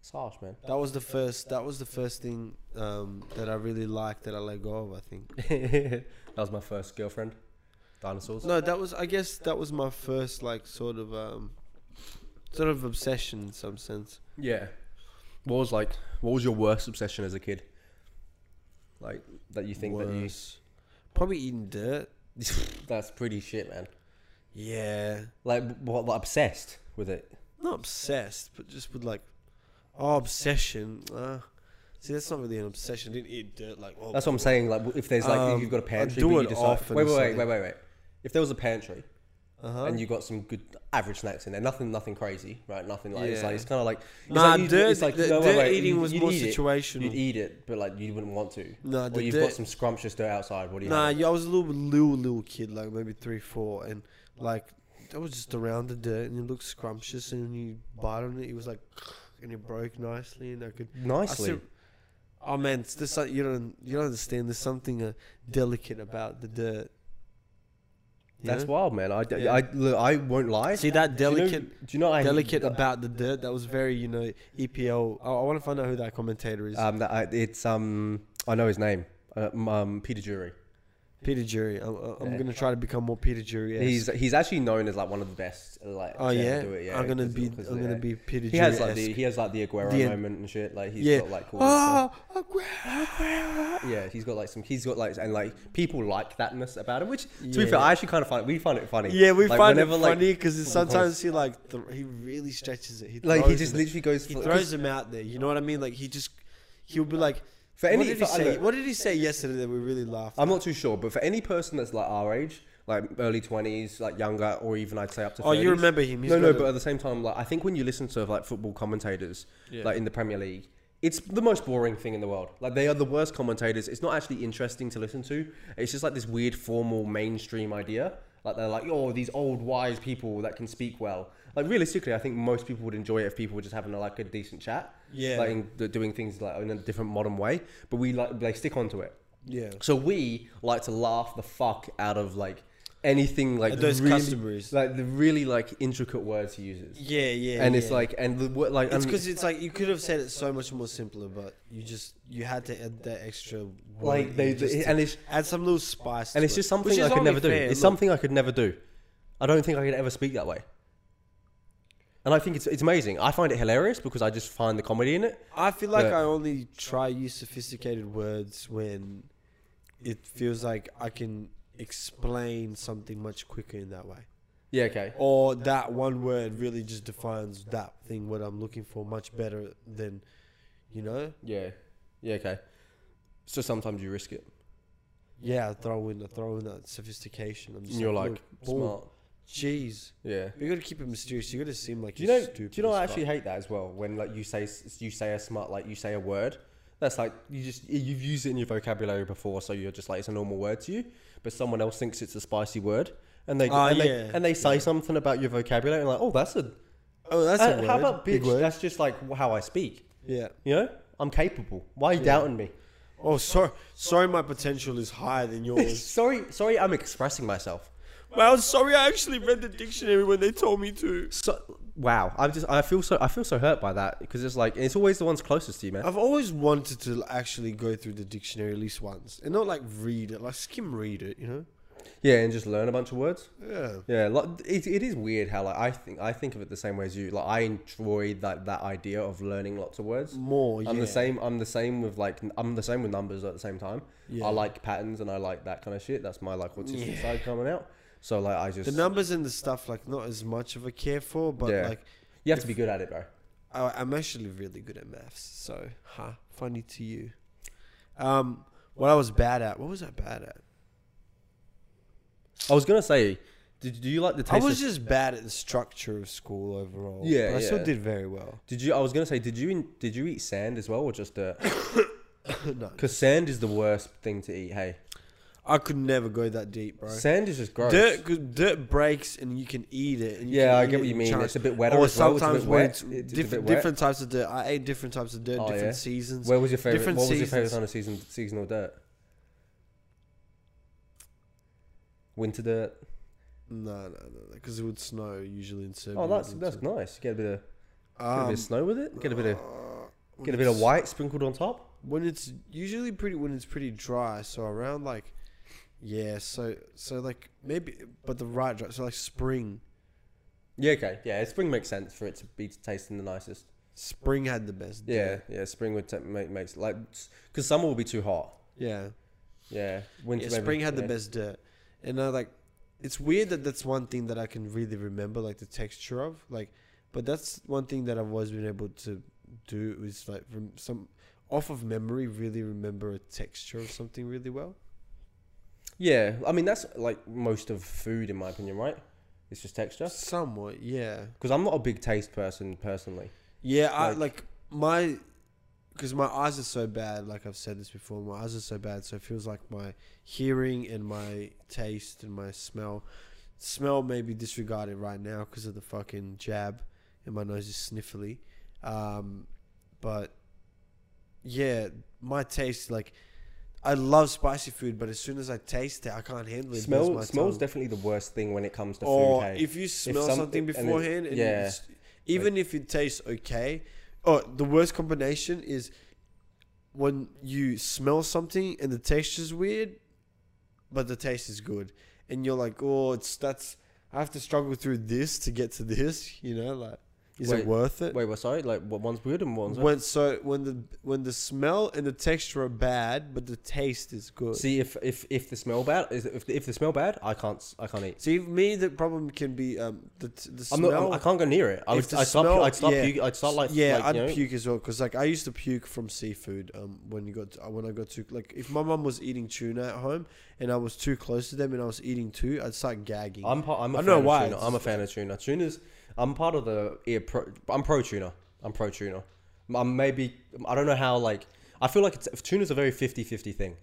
Speaker 3: It's harsh, man.
Speaker 2: That was the first. That was the first thing um, that I really liked that I let go of. I think.
Speaker 3: that was my first girlfriend. dinosaurs.
Speaker 2: No, that was I guess that was my first like sort of um sort of obsession in some sense.
Speaker 3: Yeah. What was like? What was your worst obsession as a kid? Like that you think
Speaker 2: Worse. probably eating dirt.
Speaker 3: that you? that's pretty shit, man.
Speaker 2: Yeah.
Speaker 3: Like what? Like obsessed with it.
Speaker 2: Not obsessed, but just with like oh obsession. Uh, see that's not really an obsession. I didn't eat dirt like oh
Speaker 3: That's what I'm saying. Like if there's like
Speaker 2: Um,
Speaker 3: you've got a
Speaker 2: I
Speaker 3: pantry,
Speaker 2: do
Speaker 3: but
Speaker 2: it
Speaker 3: you decide,
Speaker 2: often
Speaker 3: wait,
Speaker 2: or
Speaker 3: wait, wait,
Speaker 2: something.
Speaker 3: wait, wait, wait. If there was a pantry
Speaker 2: uh-huh.
Speaker 3: and you got some good average snacks in there, nothing, nothing crazy, right? Nothing like it's
Speaker 2: Yeah.
Speaker 3: like it's kind of like it's
Speaker 2: Nah,
Speaker 3: like, you-
Speaker 2: dirt-
Speaker 3: it's like,
Speaker 2: the-
Speaker 3: no, wait,
Speaker 2: dirt
Speaker 3: wait,
Speaker 2: eating
Speaker 3: you'd-
Speaker 2: was
Speaker 3: you'd
Speaker 2: more
Speaker 3: eat it.
Speaker 2: situational.
Speaker 3: You'd eat it, but like you wouldn't want to.
Speaker 2: Nah, the
Speaker 3: or you've
Speaker 2: dirt-
Speaker 3: got some scrumptious dirt outside. What do you?
Speaker 2: Nah,
Speaker 3: have?
Speaker 2: yeah, I was a little little little kid, like maybe three, four, and like that was just around the dirt, and it looked scrumptious, and you bite on it, it was like, and it broke nicely, and I could I
Speaker 3: Nicely.
Speaker 2: still- oh man, it's this you don't you don't understand. There's something uh, delicate about the dirt. You
Speaker 3: That's
Speaker 2: know?
Speaker 3: wild, man. I,
Speaker 2: Yeah.
Speaker 3: I, look, I won't lie.
Speaker 2: See that
Speaker 3: Do you know-
Speaker 2: delicate.
Speaker 3: Do you know? I
Speaker 2: Delicate about the dirt. That was very, you know, E EPL. uh, I, I want to find out who that commentator is.
Speaker 3: Um, that I, it's um, I know his name. Uh, um, Peter Jury.
Speaker 2: Peter Jury. I, I, I'm
Speaker 3: yeah.
Speaker 2: gonna try to become more Peter Jury.
Speaker 3: He's he's actually known as like one of the best. Like,
Speaker 2: Oh
Speaker 3: to ever
Speaker 2: yeah?
Speaker 3: do it,
Speaker 2: I'm gonna
Speaker 3: 'cause-
Speaker 2: be.
Speaker 3: 'cause,
Speaker 2: I'm
Speaker 3: yeah.
Speaker 2: gonna be Peter
Speaker 3: He
Speaker 2: Jury.
Speaker 3: has like the he has like the Aguero
Speaker 2: The-
Speaker 3: moment and shit. Like he's
Speaker 2: yeah.
Speaker 3: got like all this stuff.
Speaker 2: Oh, Aguero, Aguero.
Speaker 3: yeah, he's got like some he's got like and like people like thatness about him. Which to be fair,
Speaker 2: Yeah.
Speaker 3: I actually kind of find we find it funny.
Speaker 2: Yeah, we
Speaker 3: Like,
Speaker 2: find it
Speaker 3: whenever, like-
Speaker 2: funny because sometimes he like th- he really stretches it. He
Speaker 3: Like he
Speaker 2: throws
Speaker 3: just
Speaker 2: it.
Speaker 3: literally goes
Speaker 2: he
Speaker 3: for,
Speaker 2: throws him out there. You know what I mean? Like he just he'll be like,
Speaker 3: for
Speaker 2: what
Speaker 3: any.
Speaker 2: did he
Speaker 3: for-
Speaker 2: say?
Speaker 3: look,
Speaker 2: What did he say yesterday that we really laughed?
Speaker 3: I'm not too sure, but for any person that's like our age, like early 20s, like younger, or even I'd say up to. 30s,
Speaker 2: Oh, you remember him? He's
Speaker 3: no, no,
Speaker 2: got a-
Speaker 3: but at the same time, like I think when you listen to like football commentators,
Speaker 2: Yeah.
Speaker 3: like in the Premier League, it's the most boring thing in the world. Like they are the worst commentators. It's not actually interesting to listen to. It's just like this weird formal mainstream idea. Like they're like, oh, these old wise people that can speak well. Like realistically, I think most people would enjoy it if people were just having like a decent chat.
Speaker 2: Yeah.
Speaker 3: Like in, doing things like in a different modern way. But we like they stick onto it.
Speaker 2: yeah.
Speaker 3: So we like to laugh the fuck out of like anything like
Speaker 2: At those
Speaker 3: really-
Speaker 2: customers.
Speaker 3: like the really like intricate words he uses,
Speaker 2: Yeah, yeah.
Speaker 3: and it's
Speaker 2: yeah.
Speaker 3: like and the word like
Speaker 2: It's
Speaker 3: and-
Speaker 2: because it's like you could have said it so much more simpler, but you just you had to add that extra word
Speaker 3: like
Speaker 2: in
Speaker 3: they
Speaker 2: just to
Speaker 3: and it's
Speaker 2: add some little spice.
Speaker 3: and
Speaker 2: to
Speaker 3: it's
Speaker 2: it,
Speaker 3: just
Speaker 2: which
Speaker 3: something
Speaker 2: is
Speaker 3: I could
Speaker 2: only
Speaker 3: never do.
Speaker 2: fair,
Speaker 3: It's
Speaker 2: look.
Speaker 3: something I could never do. I don't think I could ever speak that way. And I think it's it's amazing. I find it hilarious because I just find the comedy in it.
Speaker 2: I feel like
Speaker 3: Yeah.
Speaker 2: I only try use sophisticated words when it feels like I can explain something much quicker in that way.
Speaker 3: Yeah, okay.
Speaker 2: Or that one word really just defines that thing what I'm looking for much better than you know?
Speaker 3: Yeah, yeah, okay. So sometimes you risk it,
Speaker 2: Yeah, I throw in I throw in that sophistication. I'm just
Speaker 3: and you're like
Speaker 2: look, boom,
Speaker 3: smart.
Speaker 2: Jeez.
Speaker 3: Yeah.
Speaker 2: You gotta keep it mysterious. You gotta seem like
Speaker 3: Do you know?
Speaker 2: stupid.
Speaker 3: Do you know? I
Speaker 2: as fuck.
Speaker 3: actually hate that as well. When like you say s- you say a smart like you say a word, that's like you just you've used it in your vocabulary before, so you're just like it's a normal word to you. But someone else thinks it's a spicy word, and they
Speaker 2: Ah,
Speaker 3: and,
Speaker 2: yeah,
Speaker 3: they, and they say something about your vocabulary, and like oh that's a,
Speaker 2: Oh that's
Speaker 3: uh,
Speaker 2: a word.
Speaker 3: how about
Speaker 2: Big
Speaker 3: bitch?
Speaker 2: word.
Speaker 3: That's just like wh- how I speak.
Speaker 2: Yeah.
Speaker 3: You know, I'm capable. Why are you doubting me?
Speaker 2: Oh sorry sorry my potential is higher than yours.
Speaker 3: sorry, sorry, I'm expressing myself.
Speaker 2: Well, sorry, I actually read the dictionary when they told me to.
Speaker 3: So wow, I just I feel so I feel so hurt by that because it's like it's always the ones closest to you, man.
Speaker 2: I've always wanted to actually go through the dictionary at least once, and not like read it, like skim read it, you know?
Speaker 3: Yeah, and just learn a bunch of words.
Speaker 2: Yeah.
Speaker 3: Yeah, like, it, it is weird how like I think I think of it the same way as you. Like I enjoy that that idea of learning lots of words.
Speaker 2: More.
Speaker 3: I'm
Speaker 2: Oh, yeah.
Speaker 3: the same. I'm the same with like n- I'm the same with numbers at the same time.
Speaker 2: Yeah.
Speaker 3: I like patterns and I like that kind of shit. That's my like autistic
Speaker 2: Yeah.
Speaker 3: side coming out. So like I just
Speaker 2: The numbers and the stuff, like, not as much of a care for, but
Speaker 3: Yeah.
Speaker 2: like,
Speaker 3: you have to be good at it, bro.
Speaker 2: I, I'm actually really good at maths, so huh, funny to you. Um, what I was bad at, what was I bad at?
Speaker 3: I was gonna say, did do you like the
Speaker 2: I
Speaker 3: taste?
Speaker 2: was
Speaker 3: of,
Speaker 2: just bad at the structure of school overall.
Speaker 3: Yeah,
Speaker 2: but I still
Speaker 3: yeah.
Speaker 2: did very well.
Speaker 3: did you? I was gonna say, did you in, did you eat sand as well or just dirt?
Speaker 2: no,
Speaker 3: Because sand is the worst thing to eat. Hey,
Speaker 2: I could never go that deep, bro.
Speaker 3: sand is just gross.
Speaker 2: Dirt, 'cause dirt breaks and you can eat it. And you
Speaker 3: Yeah,
Speaker 2: can
Speaker 3: I
Speaker 2: eat
Speaker 3: get
Speaker 2: it
Speaker 3: what you
Speaker 2: in
Speaker 3: mean.
Speaker 2: chunks.
Speaker 3: It's a bit wetter.
Speaker 2: or
Speaker 3: as well. It's a
Speaker 2: sometimes
Speaker 3: bit
Speaker 2: when
Speaker 3: wet.
Speaker 2: it's,
Speaker 3: It's a bit
Speaker 2: different,
Speaker 3: wet.
Speaker 2: different types of dirt. I ate different types of dirt,
Speaker 3: Oh,
Speaker 2: different
Speaker 3: yeah.
Speaker 2: seasons.
Speaker 3: Where was your favorite?
Speaker 2: different
Speaker 3: What was your favorite
Speaker 2: seasons.
Speaker 3: kind of season seasonal dirt? Winter dirt.
Speaker 2: No, no, no, because it would snow usually in Serbia.
Speaker 3: Oh, that's
Speaker 2: wouldn't
Speaker 3: that's
Speaker 2: it?
Speaker 3: nice. Get a bit of get a
Speaker 2: Um,
Speaker 3: bit of snow with it. Get a bit of
Speaker 2: uh, when
Speaker 3: get a bit of
Speaker 2: it's-
Speaker 3: white sprinkled on top.
Speaker 2: When it's usually pretty, when it's pretty dry, so around like Yeah, so so like maybe, but the right drive. So like spring,
Speaker 3: Yeah, okay. Yeah, spring makes sense for it to be tasting the nicest.
Speaker 2: spring had the best.
Speaker 3: Yeah, yeah. Spring would ta make makes like because summer will be too hot.
Speaker 2: yeah.
Speaker 3: Yeah, winter.
Speaker 2: Yeah,
Speaker 3: maybe-
Speaker 2: spring had
Speaker 3: yeah.
Speaker 2: the best dirt, and I like. It's weird that that's one thing that I can really remember, like the texture of, like, but that's one thing that I've always been able to do is like from some off of memory, really remember a texture of something really well.
Speaker 3: Yeah, I mean that's like most of food in my opinion, right? It's just texture.
Speaker 2: Somewhat, yeah,
Speaker 3: Because I'm not a big taste person personally.
Speaker 2: yeah. I
Speaker 3: Like-
Speaker 2: like my, because my eyes are so bad. Like I've said this before, my eyes are so bad, so it feels like my hearing and my taste and my smell. Smell may be disregarded right now because of the fucking jab, and my nose is sniffly. Um, but yeah, my taste like I love spicy food, but as soon as I taste it, I can't handle it. It burns
Speaker 3: Smell
Speaker 2: my
Speaker 3: smel's
Speaker 2: tongue.
Speaker 3: definitely the worst thing when it comes to
Speaker 2: or
Speaker 3: food. Hey?
Speaker 2: if you smell
Speaker 3: some-
Speaker 2: something
Speaker 3: and it-
Speaker 2: beforehand, and
Speaker 3: yeah.
Speaker 2: it's, even if it tastes okay, oh, the worst combination is when you smell something and the texture's weird, but the taste is good, and you're like, oh, it's that's I have to struggle through this to get to this, you know, like is
Speaker 3: Wait,
Speaker 2: it worth it?
Speaker 3: Wait, what? Sorry, like what one's good and one's
Speaker 2: When so when the when the smell and the texture are bad, but the taste is good.
Speaker 3: See if if if the smell bad is if if the smell bad, I can't s- I can't eat.
Speaker 2: See, for me, the problem can be um, the, t- the
Speaker 3: I'm
Speaker 2: smell.
Speaker 3: not, I'm, I can't go near it. I
Speaker 2: If
Speaker 3: would
Speaker 2: the
Speaker 3: I'd start, pu-
Speaker 2: smell-
Speaker 3: I'd start
Speaker 2: yeah.
Speaker 3: puke, I'd start like
Speaker 2: yeah,
Speaker 3: like,
Speaker 2: I'd
Speaker 3: you know,
Speaker 2: puke as well because like I used to puke from seafood. Um, when you got to, when I got too like if my mum was eating tuna at home and I was too close to them and I was eating too, I'd start gagging.
Speaker 3: I'm part, I'm a
Speaker 2: I
Speaker 3: fan
Speaker 2: don't know
Speaker 3: of
Speaker 2: why,
Speaker 3: Tuna.
Speaker 2: it's
Speaker 3: I'm a
Speaker 2: just
Speaker 3: fan of tuna. Tuna's. I'm part of the. Yeah, pro, I'm pro tuna. I'm pro tuna. I'm maybe. I don't know how. Like I feel like it's, tuna's a very 50-50 thing.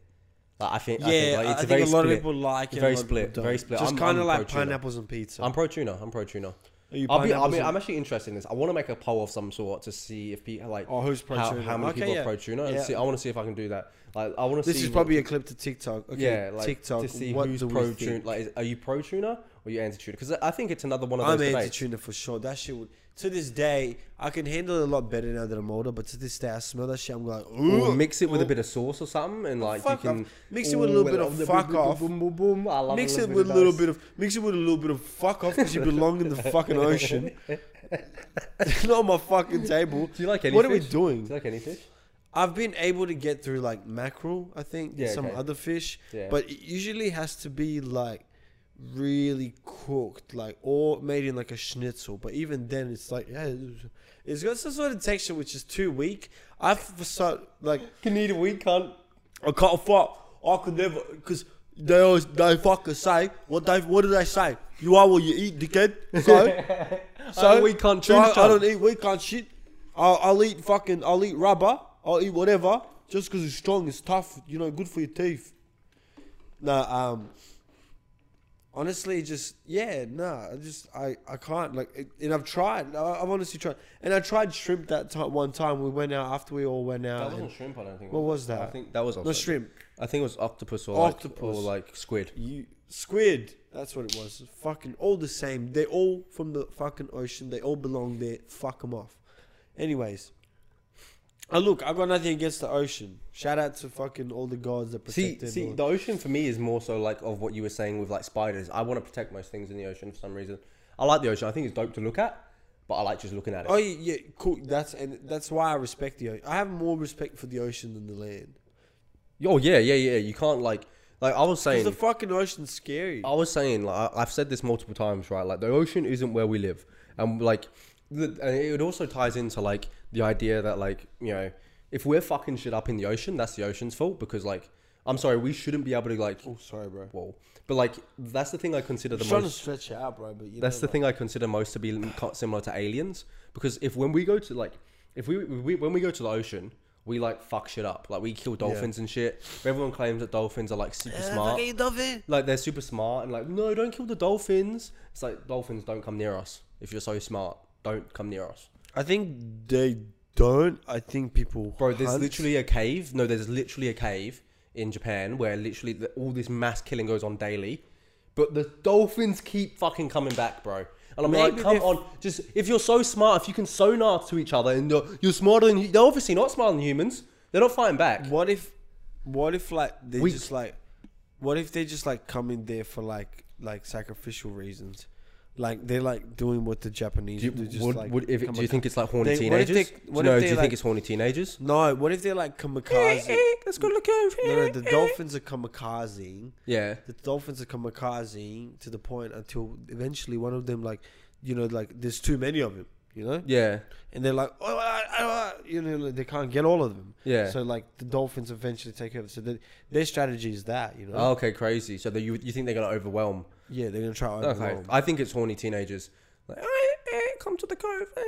Speaker 3: Like, I think. I think, like, it's a very split.
Speaker 2: like
Speaker 3: It's very split. Very split.
Speaker 2: Just
Speaker 3: I'm-
Speaker 2: kind of
Speaker 3: I'm
Speaker 2: like
Speaker 3: pro-tuna.
Speaker 2: pineapples and pizza.
Speaker 3: I'm pro tuna. I'm pro tuna.
Speaker 2: Are you
Speaker 3: I'll be, I
Speaker 2: pineapples
Speaker 3: mean,
Speaker 2: and-
Speaker 3: I'm actually interested in this. I want to make a poll of some sort to see if people like
Speaker 2: Oh, who's pro
Speaker 3: how,
Speaker 2: tuna?
Speaker 3: how many
Speaker 2: Okay,
Speaker 3: people
Speaker 2: yeah.
Speaker 3: are pro tuna. and
Speaker 2: Yeah.
Speaker 3: See, I want to see if I can do that. Like, I want to.
Speaker 2: this
Speaker 3: see
Speaker 2: is
Speaker 3: what-
Speaker 2: probably a clip to TikTok. Okay,
Speaker 3: yeah, like
Speaker 2: TikTok.
Speaker 3: to see
Speaker 2: what
Speaker 3: who's
Speaker 2: do we
Speaker 3: pro
Speaker 2: think?
Speaker 3: tuna. Like, is, are you pro tuna or you anti tuna? Because I think it's another one of those
Speaker 2: I'm anti
Speaker 3: debates.
Speaker 2: tuna for sure. That shit would. To this day, I can handle it a lot better now that I'm older. But to this day, I smell that shit. I'm like,
Speaker 3: Or
Speaker 2: ooh,
Speaker 3: mix it with a bit of sauce or something, and like
Speaker 2: Fuck
Speaker 3: you can
Speaker 2: off. Mix it with a little bit of fuck off.
Speaker 3: Boom, boom, boom. I love
Speaker 2: Mix it with a
Speaker 3: of
Speaker 2: little
Speaker 3: those.
Speaker 2: bit of mix it with a little bit of fuck off because you belong in the fucking ocean, not on my fucking table.
Speaker 3: Do you like any
Speaker 2: What are we
Speaker 3: fish? Do
Speaker 2: doing?
Speaker 3: you like any fish?
Speaker 2: I've been able to get through like mackerel, I think,
Speaker 3: Yeah,
Speaker 2: some
Speaker 3: okay.
Speaker 2: other fish,
Speaker 3: Yeah.
Speaker 2: but it usually has to be like really cooked, like or made in like a schnitzel. But even then, it's like yeah, it's got some sort of texture which is too weak. I for so like
Speaker 3: Can eat a week, cunt.
Speaker 2: I can't fuck. I could never, because they always, they fucking say, what they, what do they say? You are what you eat, dickhead. So,
Speaker 3: I'm a weak cunt
Speaker 2: so I,
Speaker 3: too,
Speaker 2: I don't eat weak cunt shit. I'll, I'll eat fucking, I'll eat rubber. I'll eat whatever, just because it's strong, it's tough, you know, good for your teeth. Nah, um, honestly, just, yeah, nah, I just, I, I can't, like, it, and I've tried, I, I've honestly tried, and I tried shrimp that time, one time, we went out, after we all went
Speaker 3: That
Speaker 2: out.
Speaker 3: wasn't
Speaker 2: and-
Speaker 3: shrimp, I don't think.
Speaker 2: What was that?
Speaker 3: I think that was
Speaker 2: no
Speaker 3: octopus.
Speaker 2: shrimp.
Speaker 3: I think it was octopus or octopus.
Speaker 2: Octopus.
Speaker 3: or like squid.
Speaker 2: You squid. That's what it was. Fucking all the same. They're all from the fucking ocean. They all belong there. Fuck them off. Anyways. Oh, look, I've got nothing against the ocean. Shout out to fucking all the gods that
Speaker 3: See,
Speaker 2: protect
Speaker 3: see,
Speaker 2: everyone.
Speaker 3: the ocean for me is more so like of what you were saying with like spiders. I want to protect most things in the ocean for some reason. I like the ocean. I think it's dope to look at, but I like just looking at it.
Speaker 2: Oh yeah, yeah, cool. That's and that's why I respect the. ocean. I have more respect for the ocean than the land.
Speaker 3: Oh yeah, yeah, yeah. You can't like like I was saying.
Speaker 2: Because the fucking ocean's scary.
Speaker 3: I was saying, like, I- I've said this multiple times, right? Like, the ocean isn't where we live, and like, the- and it also ties into like the idea that like, you know, if we're fucking shit up in the ocean, that's the ocean's fault because like, I'm sorry, we shouldn't be able to like,
Speaker 2: Oh, sorry, bro.
Speaker 3: whoa, but like, that's the thing I consider the
Speaker 2: I'm trying to
Speaker 3: most.
Speaker 2: stretch it out, bro. But you
Speaker 3: That's
Speaker 2: know,
Speaker 3: the thing I consider most to be similar to aliens because if when we go to like if we, we when we go to the ocean we like fuck shit up like we kill dolphins and shit. Everyone claims that dolphins are like super smart,
Speaker 4: Fucking dolphin.
Speaker 3: like they're super smart and like no don't kill the dolphins. It's like dolphins don't come near us if you're so smart. Don't come near us,
Speaker 2: I think they don't. I think people.
Speaker 3: bro. There's
Speaker 2: hunt.
Speaker 3: literally a cave. No, there's literally a cave in Japan where literally the, all this mass killing goes on daily, but the dolphins keep fucking coming back, bro. And I'm like,
Speaker 2: Maybe
Speaker 3: come
Speaker 2: they're-
Speaker 3: on, just if you're so smart, if you can sonar to each other, and you're, you're smarter than they're obviously not smarter than humans. They're not fighting back.
Speaker 2: What if, what if like they
Speaker 3: We-
Speaker 2: just like, What if they just like come in there for like like sacrificial reasons? Like they're like doing what the Japanese
Speaker 3: Do you,
Speaker 2: do. Just
Speaker 3: would,
Speaker 2: like
Speaker 3: would, if, do you
Speaker 2: kamikaze.
Speaker 3: think it's like horny
Speaker 2: They- what if
Speaker 3: teenagers?
Speaker 2: they- what
Speaker 3: no,
Speaker 2: if
Speaker 3: do
Speaker 2: they,
Speaker 3: you
Speaker 2: like-
Speaker 3: think it's horny teenagers?
Speaker 2: No, what if they're like kamikaze?
Speaker 3: Let's go look over
Speaker 2: no, no, the dolphins are kamikazeing.
Speaker 3: Yeah.
Speaker 2: The dolphins are kamikazeing to the point until eventually one of them like, you know, like there's too many of them. You know,
Speaker 3: Yeah.
Speaker 2: and they're like, oh, I- I- I-" you know, like, they can't get all of them.
Speaker 3: Yeah.
Speaker 2: So like the dolphins eventually take over. So the, their strategy is that, you know.
Speaker 3: Oh, okay, crazy. So they, you you think they're gonna overwhelm?
Speaker 2: Yeah, they're gonna try um, to
Speaker 3: Okay.
Speaker 2: overwhelm.
Speaker 3: I think it's horny teenagers. Like, "Eh, eh, come to the cove. eh."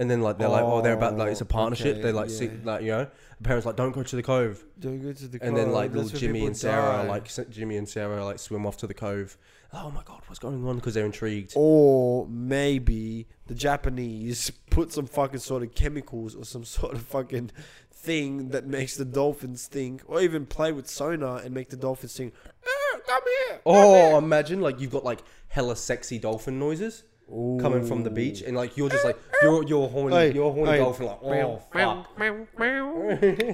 Speaker 3: And then like they're like, oh, they're about like it's a
Speaker 2: Oh,
Speaker 3: partnership.
Speaker 2: okay,
Speaker 3: They're like, see,
Speaker 2: yeah.
Speaker 3: like you know, the parents like don't go to the cove.
Speaker 2: Don't go to the
Speaker 3: And then
Speaker 2: club,
Speaker 3: like
Speaker 2: that's
Speaker 3: little
Speaker 2: where
Speaker 3: Jimmy
Speaker 2: people
Speaker 3: and Sarah,
Speaker 2: die.
Speaker 3: like s- Jimmy and Sarah, like swim off to the cove. Oh my god, what's going on? Because they're intrigued.
Speaker 2: or maybe the Japanese put some fucking sort of chemicals or some sort of fucking thing that makes the dolphins think, or even play with sonar and make the dolphins think. "Eh, Come here.
Speaker 3: Oh, imagine like you've got like hella sexy dolphin noises coming from the beach, and like you're just like you're you're a horny,
Speaker 2: Hey,
Speaker 3: you're a horny
Speaker 2: hey.
Speaker 3: dolphin. Like oh fuck.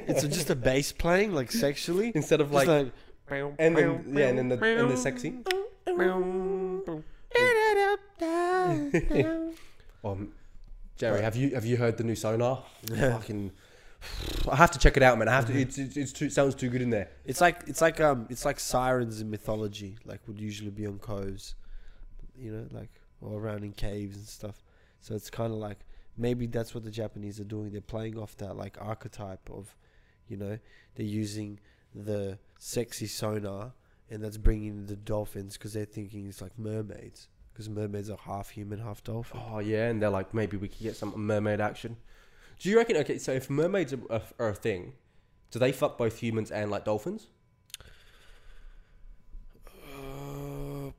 Speaker 2: It's just a bass playing, like sexually,
Speaker 3: Instead of
Speaker 2: Just
Speaker 3: like,
Speaker 2: like
Speaker 3: and then yeah, and then the and the sexy. Um, Jerry, have you have you heard the new sonar? Fucking, I have to check it out, man. I have to. It's, it's, it's too, it sounds too good in there.
Speaker 2: It's like it's like um it's like sirens in mythology, like would usually be on coves, you know, like or around in caves and stuff. So it's kind of like maybe that's what the Japanese are doing. They're playing off that like archetype of, you know, they're using the sexy sonar, and that's bringing the dolphins because they're thinking it's like mermaids because mermaids are half human, half dolphin.
Speaker 3: Oh yeah, and they're like, maybe we could get some mermaid action. Do you reckon? Okay, so if mermaids are, are, are a thing, do they fuck both humans and like dolphins,
Speaker 2: Uh,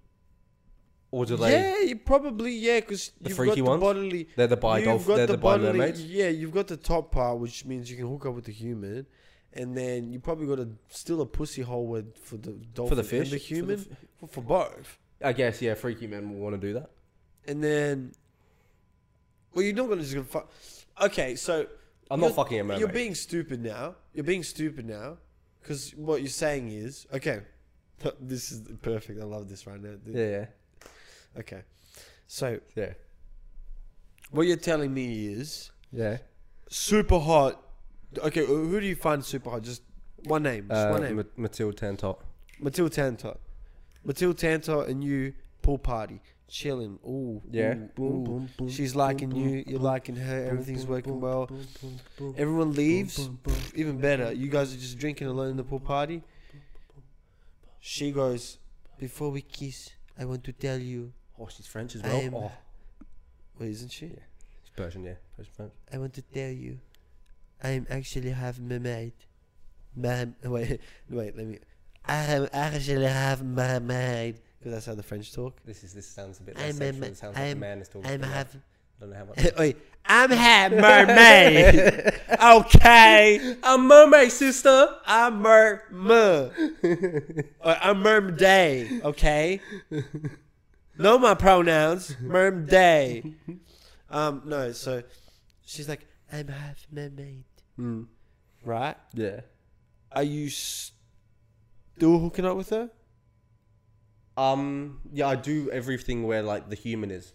Speaker 3: or do they?
Speaker 2: yeah, you probably yeah, because
Speaker 3: The
Speaker 2: you've
Speaker 3: freaky
Speaker 2: got
Speaker 3: ones?
Speaker 2: the bodily.
Speaker 3: They're the bi
Speaker 2: You've
Speaker 3: dolphins.
Speaker 2: got
Speaker 3: They're the, bi
Speaker 2: bodily-
Speaker 3: mermaids.
Speaker 2: Yeah, you've got the top part, which means you can hook up with the human, and then you probably got a still a pussy hole with for the dolphin
Speaker 3: For the fish,
Speaker 2: and the
Speaker 3: For
Speaker 2: human
Speaker 3: f-
Speaker 2: for, for both,
Speaker 3: I guess yeah, freaky men will want to do that.
Speaker 2: and then well, you're not gonna just gonna fuck. Okay, so
Speaker 3: I'm
Speaker 2: you're-
Speaker 3: not fucking a mermaid.
Speaker 2: You're being stupid now. You're being stupid now, because what you're saying is okay. This is perfect. I love this right now.
Speaker 3: yeah, yeah,
Speaker 2: Okay, so
Speaker 3: yeah,
Speaker 2: what you're telling me is
Speaker 3: yeah.
Speaker 2: super hot. Okay, wh- who do you find super hot? Just one name. Just
Speaker 3: Uh,
Speaker 2: one name.
Speaker 3: Ma- Matilda Tantot.
Speaker 2: Matilda Tantot. Matilda Tantot and you pool party chilling. Ooh,
Speaker 3: Yeah.
Speaker 2: ooh, ooh. She's liking you. You're liking her. Everything's working well. Everyone leaves. Pff, Even better. You guys are just drinking alone in the pool party. She goes, "Before we kiss, I want to tell you."
Speaker 3: Oh, she's French as
Speaker 2: I
Speaker 3: well.
Speaker 2: am-
Speaker 3: oh,
Speaker 2: Wait, isn't she?
Speaker 3: she's Persian, yeah, Persian French.
Speaker 4: I want to tell you, I am actually half mermaid.
Speaker 2: Ma'am, wait, wait. Let me. I am actually half mermaid because that's how the French talk.
Speaker 3: This is this sounds a bit
Speaker 4: I'm
Speaker 3: less
Speaker 4: a
Speaker 3: sexual.
Speaker 4: ma-
Speaker 3: It sounds like a
Speaker 4: I'm-
Speaker 3: man is talking.
Speaker 4: I'm
Speaker 3: to a man.
Speaker 4: half.
Speaker 3: I don't know how much.
Speaker 4: Oi, I'm half mermaid. okay,
Speaker 3: I'm mermaid sister.
Speaker 2: I'm merma. Uh, I'm mermaid. Okay. Know my pronouns. Mermaid. Um. No. So she's like,
Speaker 4: I'm half mermaid.
Speaker 2: right?
Speaker 3: Yeah.
Speaker 2: Hmm. Are you still hooking up with her?
Speaker 3: Um. Yeah, I do everything where like the human is.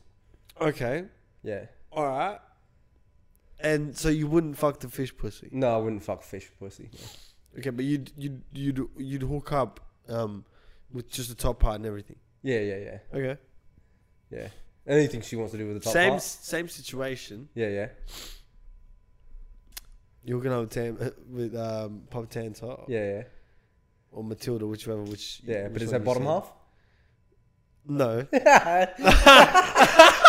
Speaker 2: Okay.
Speaker 3: Yeah.
Speaker 2: All right. And so you wouldn't fuck the fish pussy.
Speaker 3: No, I wouldn't fuck fish pussy.
Speaker 2: Okay, but you'd you'd you'd you'd hook up um with just the top part and everything.
Speaker 3: Yeah, yeah, yeah,
Speaker 2: Okay.
Speaker 3: yeah. Anything she wants to do with the top
Speaker 2: same
Speaker 3: part.
Speaker 2: same situation.
Speaker 3: Yeah, yeah.
Speaker 2: You're hooking up with Tam, with um Pop Tantor
Speaker 3: Yeah, yeah.
Speaker 2: or Matilda, whichever which
Speaker 3: Yeah,
Speaker 2: which
Speaker 3: but is
Speaker 2: one
Speaker 3: that
Speaker 2: you
Speaker 3: bottom
Speaker 2: said.
Speaker 3: half?
Speaker 2: No.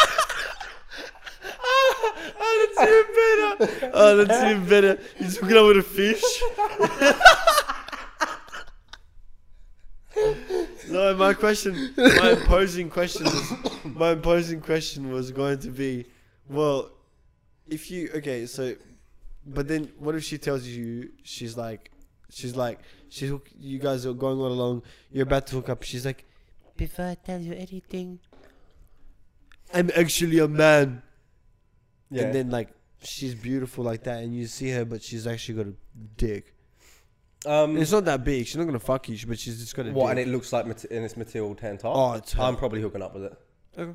Speaker 2: oh, that's even better. Oh, that's even better. He's hooking up with a fish. no, my question, my imposing question, was, my imposing question was going to be, well, if you okay, so, but then what if she tells you she's like, she's like, she's hook- you guys are going all along, you're about to hook up. She's like,
Speaker 4: Before I tell you anything,
Speaker 2: I'm actually a man.
Speaker 3: Yeah.
Speaker 2: and then like she's beautiful like that, and you see her, but she's actually got a dick.
Speaker 3: Um,
Speaker 2: It's not that big. She's not gonna fuck you, but she's just gonna.
Speaker 3: what? And
Speaker 2: dick.
Speaker 3: it looks like Mat- and it's Matilda hand top.
Speaker 2: Oh, it's her.
Speaker 3: I'm probably hooking up with it.
Speaker 2: Okay.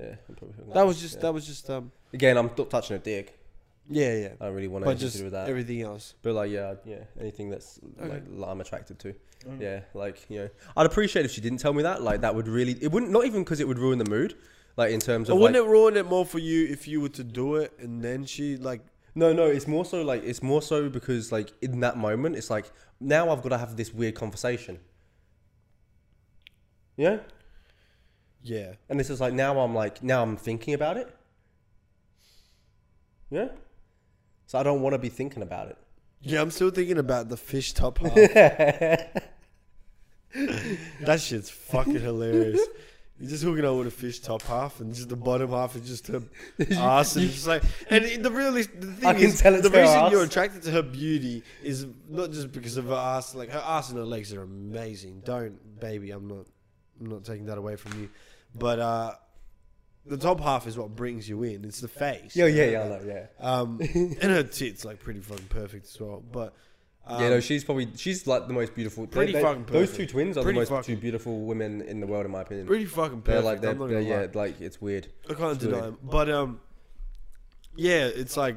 Speaker 3: Yeah, I'm probably hooking
Speaker 2: That
Speaker 3: up.
Speaker 2: was just. That was just. Um.
Speaker 3: Again, I'm not touching a dick.
Speaker 2: Yeah, yeah.
Speaker 3: I don't really want
Speaker 2: But
Speaker 3: anything to
Speaker 2: just
Speaker 3: do with that.
Speaker 2: everything else.
Speaker 3: But like, yeah, yeah, anything that's like
Speaker 2: Okay. Mm.
Speaker 3: that I'm attracted to. Yeah, like you know, I'd appreciate if she didn't tell me that. Like that would really, it wouldn't not even because it would ruin the mood. Like in terms
Speaker 2: But
Speaker 3: of
Speaker 2: wouldn't
Speaker 3: like,
Speaker 2: it ruin it more for you if you were to do it and then she like?
Speaker 3: no, no, it's more so like it's more so because like in that moment, it's like now I've got to have this weird conversation. You know,
Speaker 2: Yeah.
Speaker 3: and this is like now I'm like now I'm thinking about it. Yeah, so I don't want to be thinking about it.
Speaker 2: Yeah, I'm still thinking about the fish top half. that shit's fucking hilarious. You're just hooking up with a fish top half, and just the bottom half is just her ass, and it's just like. And the really the
Speaker 3: I
Speaker 2: thing
Speaker 3: can
Speaker 2: is,
Speaker 3: tell it's
Speaker 2: the
Speaker 3: her
Speaker 2: reason
Speaker 3: ass.
Speaker 2: you're attracted to her beauty is not just because of her ass. Like her ass and her legs are amazing. Don't, baby, I'm not, I'm not taking that away from you. But uh, the top half is what brings you in. It's the face.
Speaker 3: Yeah, yeah, yeah, I know, yeah.
Speaker 2: Um, and her tits like pretty fucking perfect as well. But um,
Speaker 3: yeah, no, she's probably she's like the most beautiful. they-
Speaker 2: Pretty
Speaker 3: they-
Speaker 2: fucking
Speaker 3: Those
Speaker 2: perfect.
Speaker 3: two twins are
Speaker 2: Pretty
Speaker 3: the most
Speaker 2: fucking-
Speaker 3: two beautiful women in the world, in my opinion.
Speaker 2: um, pretty fucking perfect.
Speaker 3: they're like they're,
Speaker 2: I'm not
Speaker 3: they're-
Speaker 2: gonna
Speaker 3: yeah,
Speaker 2: lie.
Speaker 3: like it's weird.
Speaker 2: I can't
Speaker 3: It's weird.
Speaker 2: deny him. But um, yeah, it's like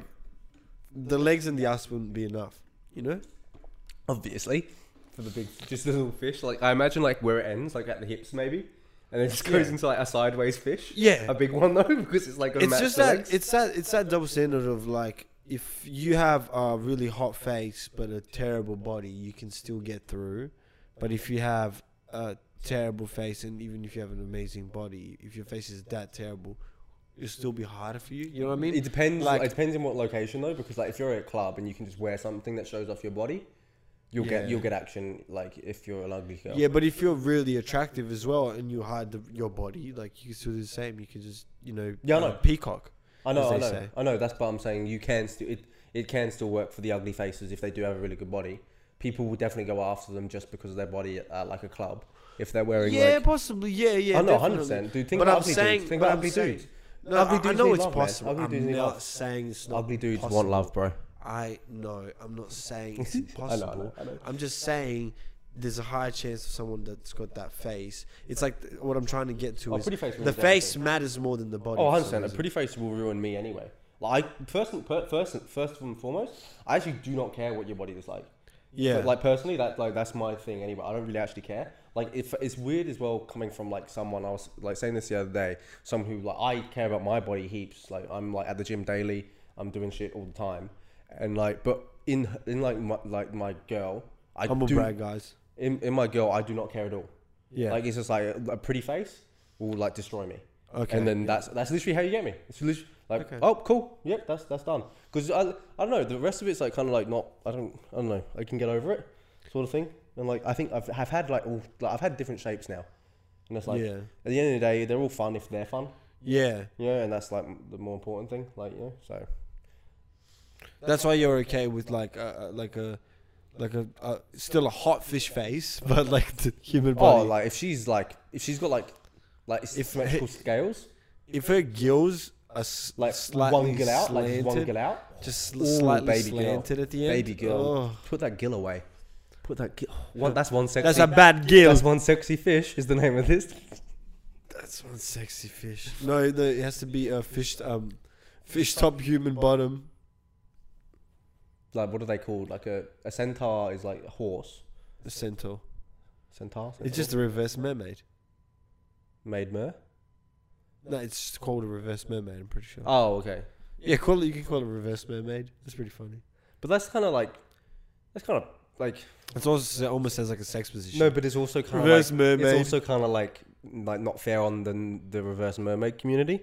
Speaker 2: the legs and the ass wouldn't be enough, you know?
Speaker 3: Obviously, for the big, just the little fish. Like I imagine, like where it ends, like at the hips maybe, and it just goes
Speaker 2: Yeah.
Speaker 3: into like a sideways fish.
Speaker 2: Yeah.
Speaker 3: a big one though, because it's like gonna
Speaker 2: It's
Speaker 3: match
Speaker 2: just
Speaker 3: the
Speaker 2: that
Speaker 3: legs.
Speaker 2: it's that it's that double standard of like if you have a really hot face but a terrible body, you can still get through. But if you have a terrible face and even if you have an amazing body, if your face is that terrible, it'll still be harder for you. You know what I mean?
Speaker 3: It depends. Like,
Speaker 2: like-
Speaker 3: it depends in what location though, because like if you're at a club and you can just wear something that shows off your body, you'll
Speaker 2: Yeah.
Speaker 3: get you'll get action. Like if you're an ugly girl.
Speaker 2: Yeah, but if you're really attractive as well and you hide the, your body, like you can still do the same. You can just, you know,
Speaker 3: Yeah, I know.
Speaker 2: uh, peacock.
Speaker 3: I know,
Speaker 2: as
Speaker 3: I
Speaker 2: they
Speaker 3: know,
Speaker 2: say.
Speaker 3: I know. That's what I'm saying. You can still it, it can still work for the ugly faces if they do have a really good body. People will definitely go after them just because of their body at like a club if they're wearing.
Speaker 2: Yeah,
Speaker 3: like,
Speaker 2: possibly. Yeah, yeah.
Speaker 3: I know, hundred
Speaker 2: definitely.
Speaker 3: percent, dude. Think
Speaker 2: But
Speaker 3: about
Speaker 2: I'm
Speaker 3: ugly
Speaker 2: saying-
Speaker 3: dudes. Think
Speaker 2: but
Speaker 3: about
Speaker 2: I'm
Speaker 3: ugly
Speaker 2: saying-
Speaker 3: dudes.
Speaker 2: No,
Speaker 3: Ugly
Speaker 2: I- I,
Speaker 3: dudes
Speaker 2: know
Speaker 3: need
Speaker 2: it's
Speaker 3: love, man.
Speaker 2: possible.
Speaker 3: Ugly dudes
Speaker 2: I'm
Speaker 3: need
Speaker 2: not
Speaker 3: love.
Speaker 2: saying it's not
Speaker 3: Ugly dudes
Speaker 2: possible.
Speaker 3: want love, bro.
Speaker 2: I know. I'm not saying it's
Speaker 3: I know,
Speaker 2: impossible.
Speaker 3: I know, I know.
Speaker 2: am just saying there's a high chance of someone that's got that face. It's like th- what I'm trying to get to
Speaker 3: Oh,
Speaker 2: is
Speaker 3: pretty face
Speaker 2: the
Speaker 3: means
Speaker 2: face matters more than the body.
Speaker 3: Oh,
Speaker 2: for some
Speaker 3: 100 percent. A
Speaker 2: reason.
Speaker 3: pretty face will ruin me anyway. Like I, first, and- per- first, and- first and foremost, I actually do not care what your body is like.
Speaker 2: Yeah.
Speaker 3: But, like personally, that like that's my thing anyway. I don't really actually care. Like if it's weird as well coming from like someone I was like saying this the other day, someone who like I care about my body heaps. Like I'm like at the gym daily. I'm doing shit all the time, and like but in in like my like my girl, I
Speaker 2: humble
Speaker 3: do
Speaker 2: brag, guys.
Speaker 3: in in my girl I do not care at all.
Speaker 2: Yeah.
Speaker 3: Like it's just like a, a pretty face will like destroy me.
Speaker 2: Okay.
Speaker 3: And then that's that's literally how you get me. It's literally like
Speaker 2: Okay.
Speaker 3: oh cool yep that's that's done because I, I don't know the rest of it's like kind of like not I don't I don't know I can get over it sort of thing and like I think I've have had like all like, I've had different shapes now and it's like
Speaker 2: Yeah.
Speaker 3: at the end of the day they're all fun if they're fun
Speaker 2: yeah.
Speaker 3: you know and that's like the more important thing like you know so
Speaker 2: That's why you're okay with like a, a- like a like a, a still a hot fish face, but like the human
Speaker 3: oh
Speaker 2: body.
Speaker 3: like if she's like if she's got like like
Speaker 2: If-
Speaker 3: symmetrical scales
Speaker 2: if her gills are s-
Speaker 3: like
Speaker 2: slightly
Speaker 3: one gill out like just
Speaker 2: slanted,
Speaker 3: one gill out
Speaker 2: just sl-
Speaker 3: Ooh,
Speaker 2: slightly
Speaker 3: baby girl.
Speaker 2: slanted at the end.
Speaker 3: Baby girl.
Speaker 2: Oh.
Speaker 3: Put that gill away. Put that gill. One, that's one sexy.
Speaker 2: That's a bad gill.
Speaker 3: That's one sexy fish. Is the name of this?
Speaker 2: That's one sexy fish. No, no, it has to be a fish. Um, fish top, human bottom.
Speaker 3: Like what are they called? Like a, a centaur is like a horse.
Speaker 2: A centaur.
Speaker 3: Centaur.
Speaker 2: It's
Speaker 3: centaur?
Speaker 2: just a reverse mermaid.
Speaker 3: made mer.
Speaker 2: No, it's just called a reverse mermaid. I'm pretty sure.
Speaker 3: Oh, okay.
Speaker 2: yeah, call it. You can call it a reverse mermaid. That's pretty funny.
Speaker 3: But that's kind of like that's kind of like
Speaker 2: It's also almost sounds like a sex position.
Speaker 3: no, but it's also kind of
Speaker 2: Reverse
Speaker 3: like,
Speaker 2: mermaid.
Speaker 3: It's also kind of like like not fair on the the reverse mermaid community.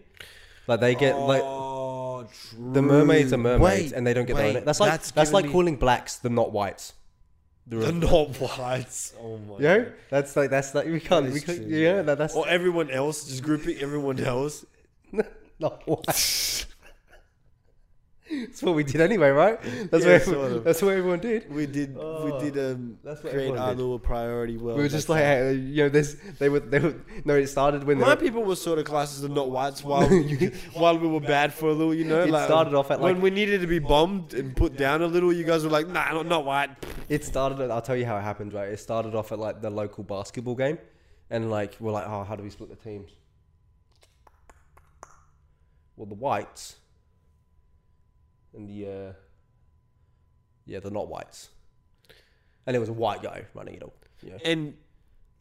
Speaker 3: Like they get like
Speaker 2: oh,
Speaker 3: the mermaids are
Speaker 2: true.
Speaker 3: mermaids
Speaker 2: Wait,
Speaker 3: and they don't get their own.
Speaker 2: wait,
Speaker 3: That's like that's, like
Speaker 2: giving me-
Speaker 3: calling blacks the not whites. The
Speaker 2: the
Speaker 3: reverse-
Speaker 2: not whites. Oh my.
Speaker 3: Yeah,
Speaker 2: God.
Speaker 3: that's like that's like we can't
Speaker 2: is
Speaker 3: we can't
Speaker 2: true,
Speaker 3: yeah,
Speaker 2: yeah.
Speaker 3: that, that's
Speaker 2: Or everyone else, just grouping everyone else.
Speaker 3: not white. That's what we did anyway, right? That's
Speaker 2: Yeah,
Speaker 3: what
Speaker 2: sort of.
Speaker 3: that's what everyone did.
Speaker 2: We did.
Speaker 3: Oh,
Speaker 2: we did. Um,
Speaker 3: that's what
Speaker 2: create
Speaker 3: everyone
Speaker 2: our
Speaker 3: did.
Speaker 2: little priority world.
Speaker 3: we were just like, hey, you know, this. They were. They were. No, it started when they
Speaker 2: My
Speaker 3: were,
Speaker 2: people were sort of classes and not whites while while we were bad for a little, you know.
Speaker 3: It
Speaker 2: like,
Speaker 3: started off at,
Speaker 2: when
Speaker 3: like-
Speaker 2: we needed to be bombed and put down a little. You guys were like, nah, not, not white.
Speaker 3: It started. I'll tell you how it happened. Right, it started off at like the local basketball game, and like we're like, oh, how do we split the teams? Well, the whites and the uh, yeah, they're not whites, and it was a white guy running it all. Yeah.
Speaker 2: And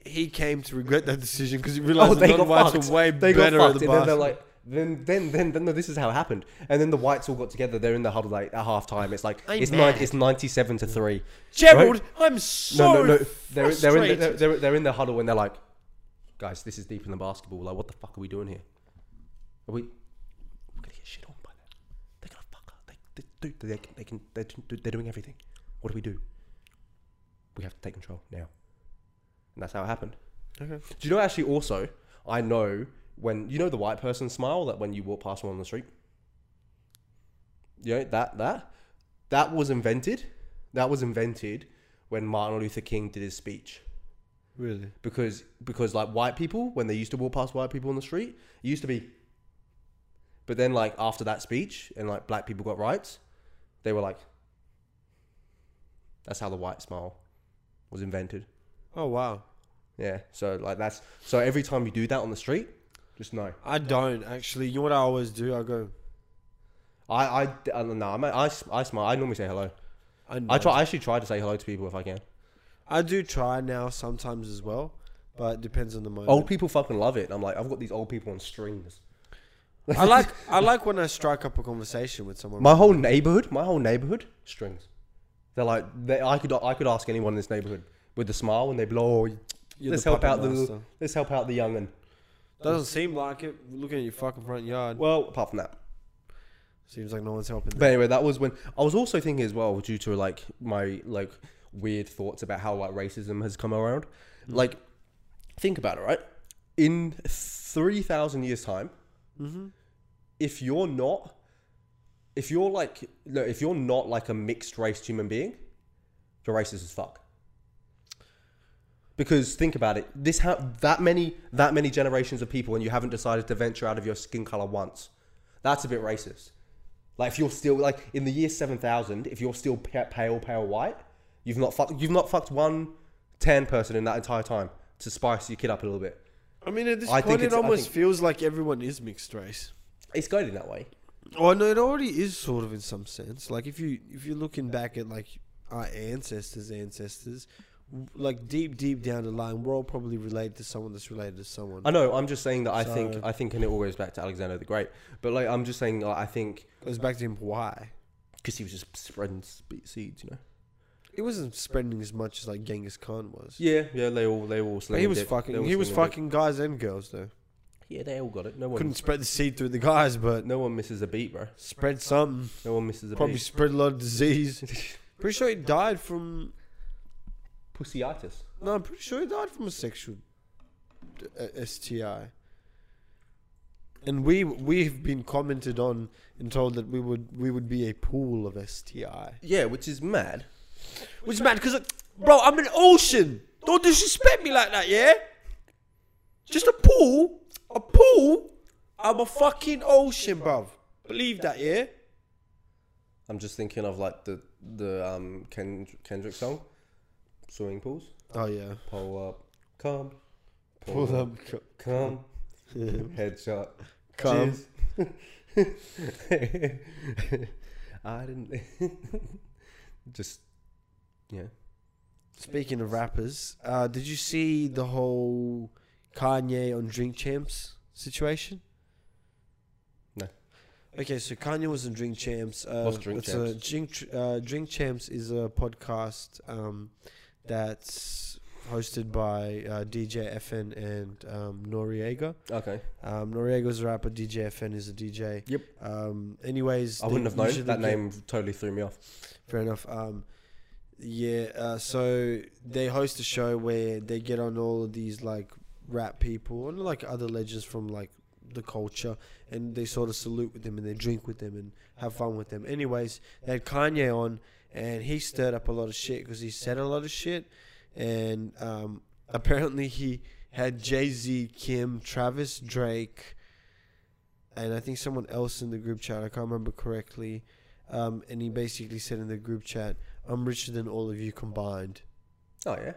Speaker 2: he came to regret that decision because he realized the
Speaker 3: Oh, got
Speaker 2: non-whites
Speaker 3: fucked.
Speaker 2: were way better at the
Speaker 3: and then they're
Speaker 2: basketball.
Speaker 3: like, then, then, then, then, no, this is how it happened. And then the whites all got together. They're in the huddle like at halftime. It's like
Speaker 4: I'm
Speaker 3: it's
Speaker 4: mad.
Speaker 3: nine, it's ninety-seven to three.
Speaker 2: Gerald, I'm
Speaker 3: No,
Speaker 2: so
Speaker 3: no, no. They're, they're in the,
Speaker 2: frustrated.
Speaker 3: they're, they're, they're in the huddle and they're like, guys, this is deep in the basketball. Like, what the fuck are we doing here? Are we? We're gonna get shit on by them. They're gonna fuck up. They, they, dude, they, they can. They, do- they're doing everything. What do we do? We have to take control now. And that's how it happened.
Speaker 2: Okay.
Speaker 3: Do you know actually also I know when you know the white person smile that when you walk past one on the street? You know, that that that was invented. That was invented when Martin Luther King did his speech.
Speaker 2: Really?
Speaker 3: Because because like white people, when they used to walk past white people on the street, it used to be But then like after that speech and like black people got rights, they were like That's how the white smile was invented.
Speaker 2: Oh wow.
Speaker 3: Yeah. So like that's so every time you do that on the street, just know.
Speaker 2: I don't actually. You know what I always do? I go.
Speaker 3: I I, I no, I'm, I I smile. I normally say hello.
Speaker 2: I,
Speaker 3: I try. I actually try to say hello to people if I can.
Speaker 2: I do try now sometimes as well, but it depends on the moment.
Speaker 3: Old people fucking love it. I'm like, I've got these old people on strings. Oh.
Speaker 2: I like I like when I strike up a conversation with someone.
Speaker 3: My whole neighborhood. My whole neighborhood strings. They're like, they, I could I could ask anyone in this neighborhood with a smile, and they'd be like, oh,
Speaker 2: You're
Speaker 3: let's
Speaker 2: the
Speaker 3: help
Speaker 2: puppet
Speaker 3: out the
Speaker 2: master.
Speaker 3: let's help out the young and
Speaker 2: Doesn't seem like it. Looking at your fucking front yard,
Speaker 3: well, apart from that.
Speaker 2: seems like no one's helping.
Speaker 3: But anyway, that was when I was also thinking as well, due to like my like weird thoughts about how like racism has come around. Like, think about it, right? In three thousand years' time, if you're not, if you're like, no, if you're not like a mixed race human being, you're racist as fuck. Because think about it, this ha- that many that many generations of people, and you haven't decided to venture out of your skin color once. That's a bit racist. Like if you're still like in the year seven thousand, if you're still pa- pale, pale white, you've not fucked. You've not fucked one tan person in that entire time to spice your kid up a little bit.
Speaker 2: I mean, at this
Speaker 3: I think
Speaker 2: point, it
Speaker 3: it's- I
Speaker 2: almost
Speaker 3: think-
Speaker 2: feels like everyone is mixed race.
Speaker 3: It's going in that way.
Speaker 2: Oh no, it already is sort of in some sense. Like if you if you're looking back at like our ancestors' ancestors, w- like deep deep down the line, we're all probably related to someone that's related to someone.
Speaker 3: I know. I'm just saying that. I think.
Speaker 2: So-
Speaker 3: I think, and it all goes back to Alexander the Great. But like, I'm just saying. Like, I think
Speaker 2: goes back to him why.
Speaker 3: because he was just spreading spe- seeds, you know.
Speaker 2: It wasn't spreading as much as like Genghis Khan was.
Speaker 3: Yeah, yeah. They all. They all.
Speaker 2: But he was fucking. He was fucking guys and girls though.
Speaker 3: Yeah, they all got it. No one.
Speaker 2: Couldn't spread the seed through the guys, but
Speaker 3: no one misses a beat, bro.
Speaker 2: spread some.
Speaker 3: No one misses a
Speaker 2: Probably
Speaker 3: beat.
Speaker 2: spread a lot of disease. pretty sure he died from.
Speaker 3: Pussyitis.
Speaker 2: No, I'm pretty sure he died from a sexual uh, STI. And we we've been commented on and told that we would we would be a pool of STI,
Speaker 3: Yeah, which is mad.
Speaker 2: which is mad because, uh, bro, I'm an ocean. Don't disrespect me like that, yeah. Just a pool, a pool. I'm a fucking ocean, bruv. Believe that, yeah.
Speaker 3: I'm just thinking of like the the um Ken- Kendrick song, swimming pools.
Speaker 2: Oh yeah.
Speaker 3: Pull up, come,
Speaker 2: Pull up,
Speaker 3: come, headshot,
Speaker 2: Come.
Speaker 3: jizz. I didn't. just yeah.
Speaker 2: Speaking of rappers, uh, did you see the whole Kanye on Drink Champs situation?
Speaker 3: No.
Speaker 2: Okay, so Kanye was on Drink Champs. Uh,
Speaker 3: What's Drink
Speaker 2: it's A
Speaker 3: Champs?
Speaker 2: Drink, Tr- uh, Drink Champs is a podcast um, that's hosted by uh, DJ FN and um, Noriega.
Speaker 3: Okay.
Speaker 2: Um, Noriega's a rapper, DJ FN is a DJ.
Speaker 3: Yep.
Speaker 2: Um, anyways,
Speaker 3: I
Speaker 2: they
Speaker 3: wouldn't have known
Speaker 2: usually
Speaker 3: that
Speaker 2: get-
Speaker 3: name. Totally threw me off.
Speaker 2: Fair enough. Um, yeah. Uh, so they host a show where they get on all of these like rap people and like other legends from like the culture, and they sort of salute with them and they drink with them and have fun with them. Anyways, they had Kanye on, and he stirred up a lot of shit because he said a lot of shit, and um, apparently he had Jay Z, Kim, Travis, Drake, and I think someone else in the group chat. I can't remember correctly. Um, and he basically said in the group chat, "I'm richer than all of you combined."
Speaker 3: Oh yeah.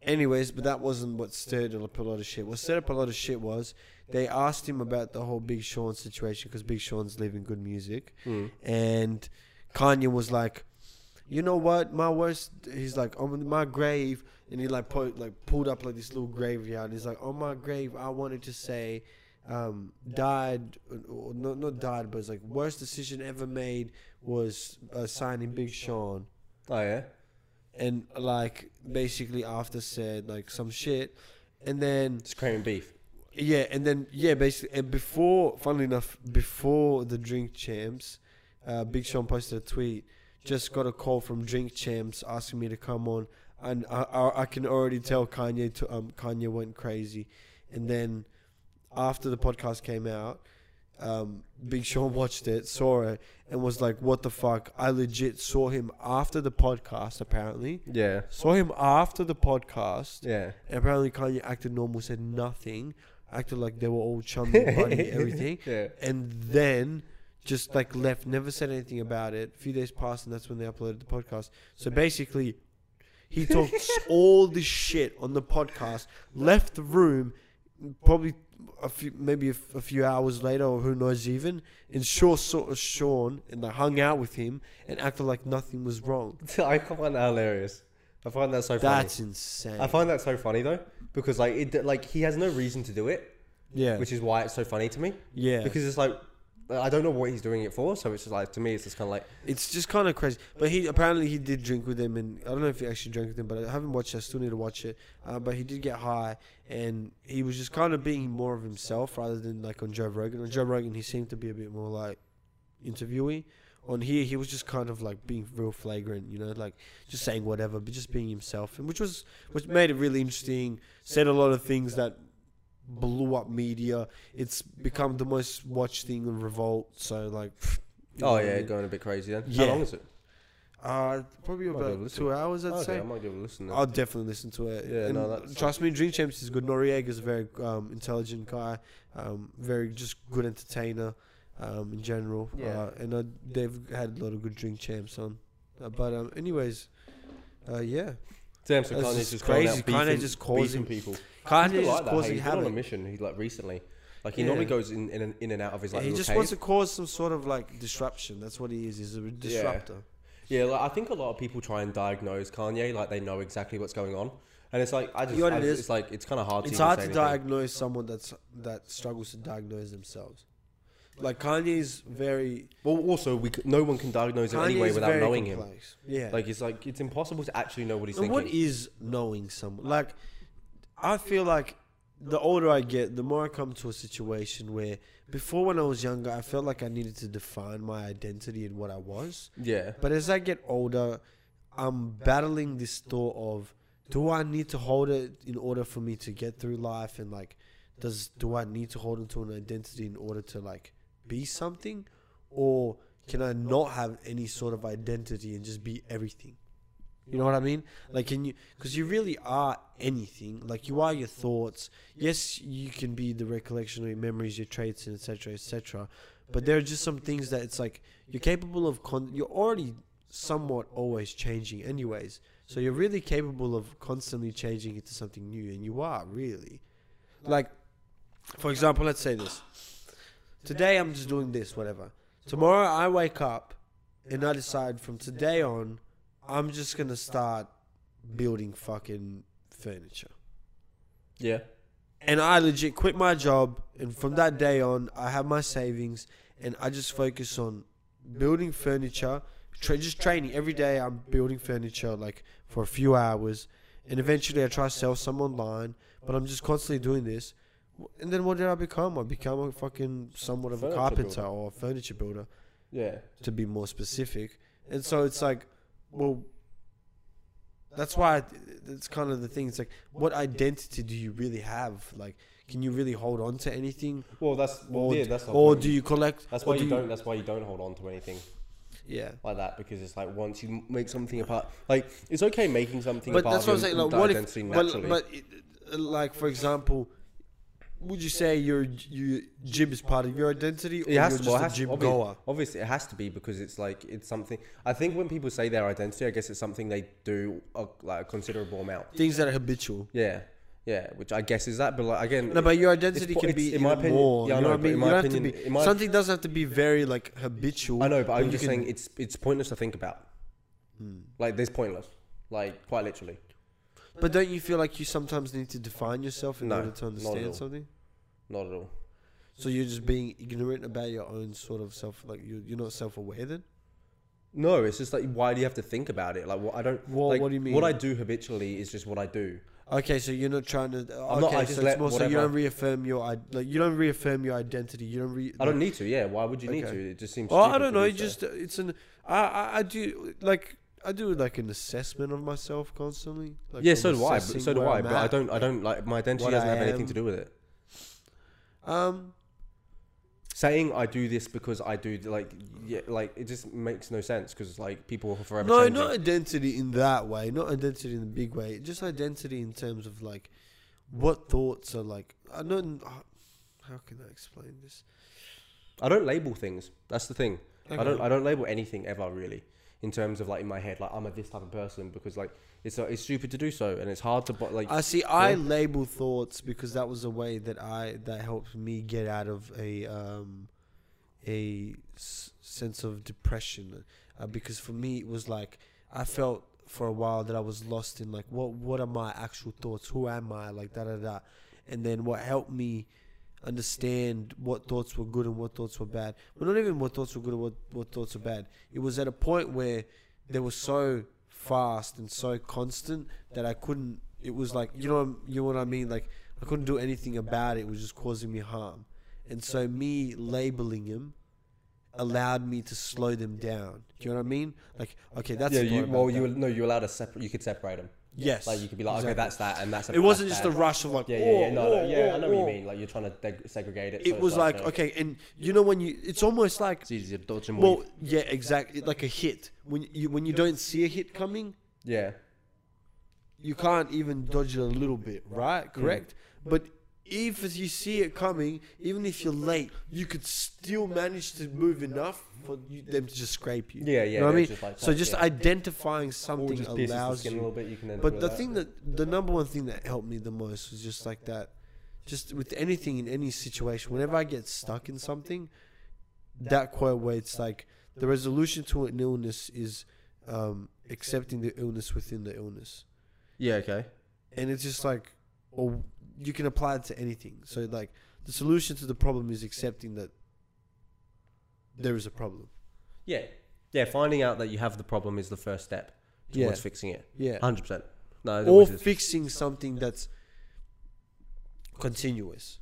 Speaker 2: Anyways, but that wasn't what stirred up a lot of shit. What stirred up a lot of shit was they asked him about the whole Big Sean situation because Big Sean's leaving good music, and Kanye was like, "You know what? My worst." He's like, "On my grave," and he like po- like pulled up like this little graveyard. And he's like, "On my grave, I wanted to say." Um, died, or not, not died, but it's like worst decision ever made was uh, signing Big Sean
Speaker 3: Oh yeah.
Speaker 2: and like basically after said like some shit and then
Speaker 3: It's cream and beef.
Speaker 2: yeah and then yeah basically and before funnily enough before the drink champs uh, big sean posted a tweet just got a call from drink champs asking me to come on and i, I, I can already tell kanye to, um, kanye went crazy and then after the podcast came out um, Big Sean watched it, saw it, and was like, "What the fuck?" I legit saw him after the podcast, apparently,
Speaker 3: Yeah.
Speaker 2: Saw him after the podcast.
Speaker 3: Yeah.
Speaker 2: And apparently Kanye acted normal, said nothing, acted like they were all chummy, buddy, everything.
Speaker 3: Yeah.
Speaker 2: And then just like left, never said anything about it. A few days passed, and that's when they uploaded the podcast. So basically, he talks all this shit on the podcast, left the room, probably a few, maybe a, f- a few hours later, or who knows even, and Shaw saw Sean and they hung out with him and acted like nothing was wrong.
Speaker 3: I find that hilarious. I find that so funny.
Speaker 2: That's insane.
Speaker 3: I find that so funny though, because like it, like he has no reason to do it,
Speaker 2: yeah.
Speaker 3: which is why it's so funny to me.
Speaker 2: Yeah.
Speaker 3: Because it's like I don't know what he's doing it for, so it's just like to me it's just kind of like
Speaker 2: It's just kind of crazy. But he apparently he did drink with him, and I don't know if he actually drank with him, but I haven't watched. it. I still need to watch it. Uh, but he did get high, and he was just kind of being more of himself rather than like on Joe Rogan. On Joe Rogan, he seemed to be a bit more like interviewee. On here, he was just kind of like being real flagrant, you know, like just saying whatever, but just being himself, and which was which made it really interesting. Said a lot of things that blew up media. It's become the most watched thing in Revolt. So like, you know
Speaker 3: oh
Speaker 2: what I
Speaker 3: yeah,
Speaker 2: mean?
Speaker 3: going a bit crazy then.
Speaker 2: Yeah.
Speaker 3: How long is it?
Speaker 2: Uh, probably
Speaker 3: Might be able to
Speaker 2: about
Speaker 3: listen.
Speaker 2: two hours, I'd
Speaker 3: okay,
Speaker 2: say.
Speaker 3: I might give it a listen. Then.
Speaker 2: I'll definitely listen to it.
Speaker 3: Yeah,
Speaker 2: and
Speaker 3: no, that's-
Speaker 2: trust me, Dream Champs is good. Noriega's a very um, intelligent guy, um, very just good entertainer um, in general.
Speaker 3: Yeah.
Speaker 2: Uh, and uh, they've had a lot of good Dream Champs on. Uh, but um, anyways, uh, yeah,
Speaker 3: Damn, so
Speaker 2: This
Speaker 3: Kanye's
Speaker 2: is
Speaker 3: just
Speaker 2: crazy.
Speaker 3: crazy.
Speaker 2: Kanye
Speaker 3: Beefing,
Speaker 2: just causing-
Speaker 3: causing people.
Speaker 2: Kanye
Speaker 3: He's
Speaker 2: just
Speaker 3: like that, hey,
Speaker 2: causing
Speaker 3: He's been on a
Speaker 2: havoc.
Speaker 3: mission. He like recently, like he
Speaker 2: Yeah.
Speaker 3: normally goes in in and, in and out of his like.
Speaker 2: he
Speaker 3: little
Speaker 2: just
Speaker 3: cave.
Speaker 2: wants to cause some sort of like disruption. That's what he is. He's a disruptor.
Speaker 3: Yeah, like, I think a lot of people try and diagnose Kanye, like they know exactly what's going on, and it's like I just,
Speaker 2: You know what
Speaker 3: I
Speaker 2: it
Speaker 3: just-
Speaker 2: is?
Speaker 3: it's like it's kind of hard.
Speaker 2: It's
Speaker 3: to even
Speaker 2: hard
Speaker 3: say
Speaker 2: to
Speaker 3: anything.
Speaker 2: diagnose someone that's that struggles to diagnose themselves. Like Kanye's very
Speaker 3: Well, also we c- no one can diagnose him anyway
Speaker 2: Kanye's
Speaker 3: without
Speaker 2: very
Speaker 3: knowing him.
Speaker 2: complex. Yeah.
Speaker 3: Like it's like it's impossible to actually know what he's
Speaker 2: and
Speaker 3: thinking.
Speaker 2: what is knowing someone? Like, I feel like the older I get, the more I come to a situation where before when I was younger, I felt like I needed to define my identity and what I was.
Speaker 3: yeah,
Speaker 2: But as I get older, I'm battling this thought of do I need to hold it in order for me to get through life and like does do I need to hold onto an identity in order to like be something or can I not have any sort of identity and just be everything? You know what I mean? Like, can you? Because you really are anything. Like, you are your thoughts. Yes, you can be the recollection of your memories, your traits, and etc. etc. But there are just some things that it's like you're capable of. Con- you're already somewhat always changing, anyways. So you're really capable of constantly changing into something new, and you are really. Like, for example, let's say this. Today I'm just doing this, whatever. Tomorrow I wake up and I decide from today on I'm just gonna start building fucking furniture.
Speaker 3: yeah,
Speaker 2: And I legit quit my job and from that day on I have my savings and I just focus on building furniture, tra- just training every day I'm building furniture like for a few hours and eventually I try to sell some online, but I'm just constantly doing this. And then what did I become? I become a fucking somewhat of a
Speaker 3: Furniture
Speaker 2: carpenter
Speaker 3: builder.
Speaker 2: or a furniture builder
Speaker 3: yeah.
Speaker 2: to be more specific. And so it's like, well, that's why I- it's kind of the thing. It's like, what identity do you really have? Like, can you really hold on to anything?
Speaker 3: Well, that's well,
Speaker 2: Or,
Speaker 3: yeah, that's the
Speaker 2: or
Speaker 3: point.
Speaker 2: do you collect?
Speaker 3: That's
Speaker 2: or
Speaker 3: why
Speaker 2: do
Speaker 3: you don't. That's why you don't hold on to anything
Speaker 2: Yeah.
Speaker 3: like that because it's like once you m- make something apart, like it's okay making something
Speaker 2: But
Speaker 3: apart.
Speaker 2: that's what I'm
Speaker 3: from
Speaker 2: saying. Like,
Speaker 3: the
Speaker 2: what if?
Speaker 3: identity
Speaker 2: But,
Speaker 3: naturally.
Speaker 2: but it, uh, like for example, would you say your your gym is part of your identity, or
Speaker 3: it has
Speaker 2: you're
Speaker 3: to,
Speaker 2: just
Speaker 3: well, it
Speaker 2: a
Speaker 3: has to-
Speaker 2: gym
Speaker 3: obvi-
Speaker 2: goer?
Speaker 3: Obviously, it has to be because it's like it's something. I think when people say their identity, I guess it's something they do a, like a considerable amount.
Speaker 2: Things that are habitual.
Speaker 3: Yeah, yeah, which I guess is that. But like again,
Speaker 2: No, but your identity
Speaker 3: po-
Speaker 2: can
Speaker 3: it's-
Speaker 2: be
Speaker 3: in my
Speaker 2: even
Speaker 3: opinion-
Speaker 2: more.
Speaker 3: yeah, I
Speaker 2: you know
Speaker 3: know,
Speaker 2: what I
Speaker 3: but in
Speaker 2: mean? You
Speaker 3: my
Speaker 2: don't have to
Speaker 3: opinion-
Speaker 2: be-
Speaker 3: in my-
Speaker 2: something doesn't have to be very like habitual.
Speaker 3: I know, but I'm
Speaker 2: you
Speaker 3: just
Speaker 2: can-
Speaker 3: saying it's it's pointless to think about.
Speaker 2: Hmm.
Speaker 3: Like there's pointless, like quite literally.
Speaker 2: But don't you feel like you sometimes need to define yourself in
Speaker 3: No,
Speaker 2: order to
Speaker 3: not at all.
Speaker 2: understand something?
Speaker 3: Not at all.
Speaker 2: So you're just being ignorant about your own sort of self. Like you're, you're not self-aware then.
Speaker 3: No, it's just like why do you have to think about it? Like what I don't.
Speaker 2: Well,
Speaker 3: like,
Speaker 2: what do you mean?
Speaker 3: What I do habitually is just what I do.
Speaker 2: Okay, so you're not trying to.
Speaker 3: I'm
Speaker 2: Okay,
Speaker 3: not- I just
Speaker 2: so it's
Speaker 3: let
Speaker 2: more so you
Speaker 3: whatever-
Speaker 2: don't reaffirm your id- like you don't reaffirm your identity. You don't. Re-
Speaker 3: I don't need to. Yeah, why would you need
Speaker 2: Okay.
Speaker 3: to? It just seems.
Speaker 2: Well, I
Speaker 3: stupid
Speaker 2: don't
Speaker 3: to
Speaker 2: know.
Speaker 3: do
Speaker 2: It
Speaker 3: so.
Speaker 2: just uh, it's an. I, I I do like I do like an assessment of myself constantly. Like
Speaker 3: yeah,
Speaker 2: I'm
Speaker 3: so do I. But,
Speaker 2: assessing
Speaker 3: so do
Speaker 2: where
Speaker 3: I.
Speaker 2: I'm
Speaker 3: But I
Speaker 2: at.
Speaker 3: don't. I don't like my identity
Speaker 2: what
Speaker 3: doesn't
Speaker 2: I
Speaker 3: have anything
Speaker 2: am.
Speaker 3: to do with it.
Speaker 2: Um.
Speaker 3: Saying I do this because I do like yeah, like it just makes no sense because like people are forever.
Speaker 2: No,
Speaker 3: changing.
Speaker 2: not identity in that way. Not identity in the big way. Just identity in terms of like what thoughts are like. I don't. How can I explain this?
Speaker 3: I don't label things. That's the thing. I don't. I don't label anything ever really. In terms of like in my head, like I'm a this type of person because like it's uh, it's stupid to do so and it's hard to but like
Speaker 2: I see. I label thoughts because that was a way that I that helped me get out of a um, a s- sense of depression. Uh, because for me, it was like I felt for a while that I was lost in like what what are my actual thoughts? Who am I? Like da da da. And then what helped me understand what thoughts were good and what thoughts were bad. Well, not even what thoughts were good and what what thoughts were bad. It was at a point where they were so fast and so constant that I couldn't. It was like you know you know what I mean. Like I couldn't do anything about it. It was just causing me harm, and so me labeling him allowed me to slow them down. Do you know what I mean? Like okay, that's
Speaker 3: yeah.
Speaker 2: the
Speaker 3: You,
Speaker 2: thought
Speaker 3: well,
Speaker 2: about
Speaker 3: you
Speaker 2: that.
Speaker 3: no, you allowed to separate. You could separate them.
Speaker 2: yes,
Speaker 3: Like you could be like, okay,
Speaker 2: exactly.
Speaker 3: that's that and that's. A,
Speaker 2: It wasn't
Speaker 3: that's
Speaker 2: just a
Speaker 3: that.
Speaker 2: rush of like,
Speaker 3: Yeah, yeah, yeah.
Speaker 2: oh,
Speaker 3: No,
Speaker 2: oh,
Speaker 3: no, yeah. I know what
Speaker 2: oh,
Speaker 3: you mean. Like you're trying to deg- segregate it. so
Speaker 2: It
Speaker 3: it's
Speaker 2: was like
Speaker 3: uh,
Speaker 2: okay, and you know when you, it's almost like
Speaker 3: It's easier to dodge and
Speaker 2: Well,
Speaker 3: weave.
Speaker 2: yeah, exactly. Like a hit. When you when you don't see a hit coming,
Speaker 3: Yeah.
Speaker 2: you can't even dodge it a little bit, right? Correct. But if as you see it coming, even if you're late, you could still manage to move enough for you, them to just scrape you.
Speaker 3: Yeah, yeah,
Speaker 2: You know what I
Speaker 3: they're
Speaker 2: mean?
Speaker 3: just like
Speaker 2: so
Speaker 3: that,
Speaker 2: just
Speaker 3: yeah.
Speaker 2: identifying
Speaker 3: Or
Speaker 2: something
Speaker 3: just pierces the
Speaker 2: allows
Speaker 3: skin a
Speaker 2: you.
Speaker 3: little bit. You can then
Speaker 2: But
Speaker 3: do
Speaker 2: the
Speaker 3: that.
Speaker 2: thing that the number one thing that helped me the most was just like that, just with anything in any situation. Whenever I get stuck in something, that quote where it's like the resolution to an illness is um, accepting the illness within the illness,
Speaker 3: Yeah. Okay.
Speaker 2: and it's just like, or you can apply it to anything. So like the solution to the problem is accepting that there is a problem.
Speaker 3: Yeah. Yeah. Finding out that you have the problem is the first step towards
Speaker 2: Yeah.
Speaker 3: fixing it.
Speaker 2: Yeah.
Speaker 3: Hundred percent. No. it
Speaker 2: Or
Speaker 3: always is.
Speaker 2: fixing something that's continuous.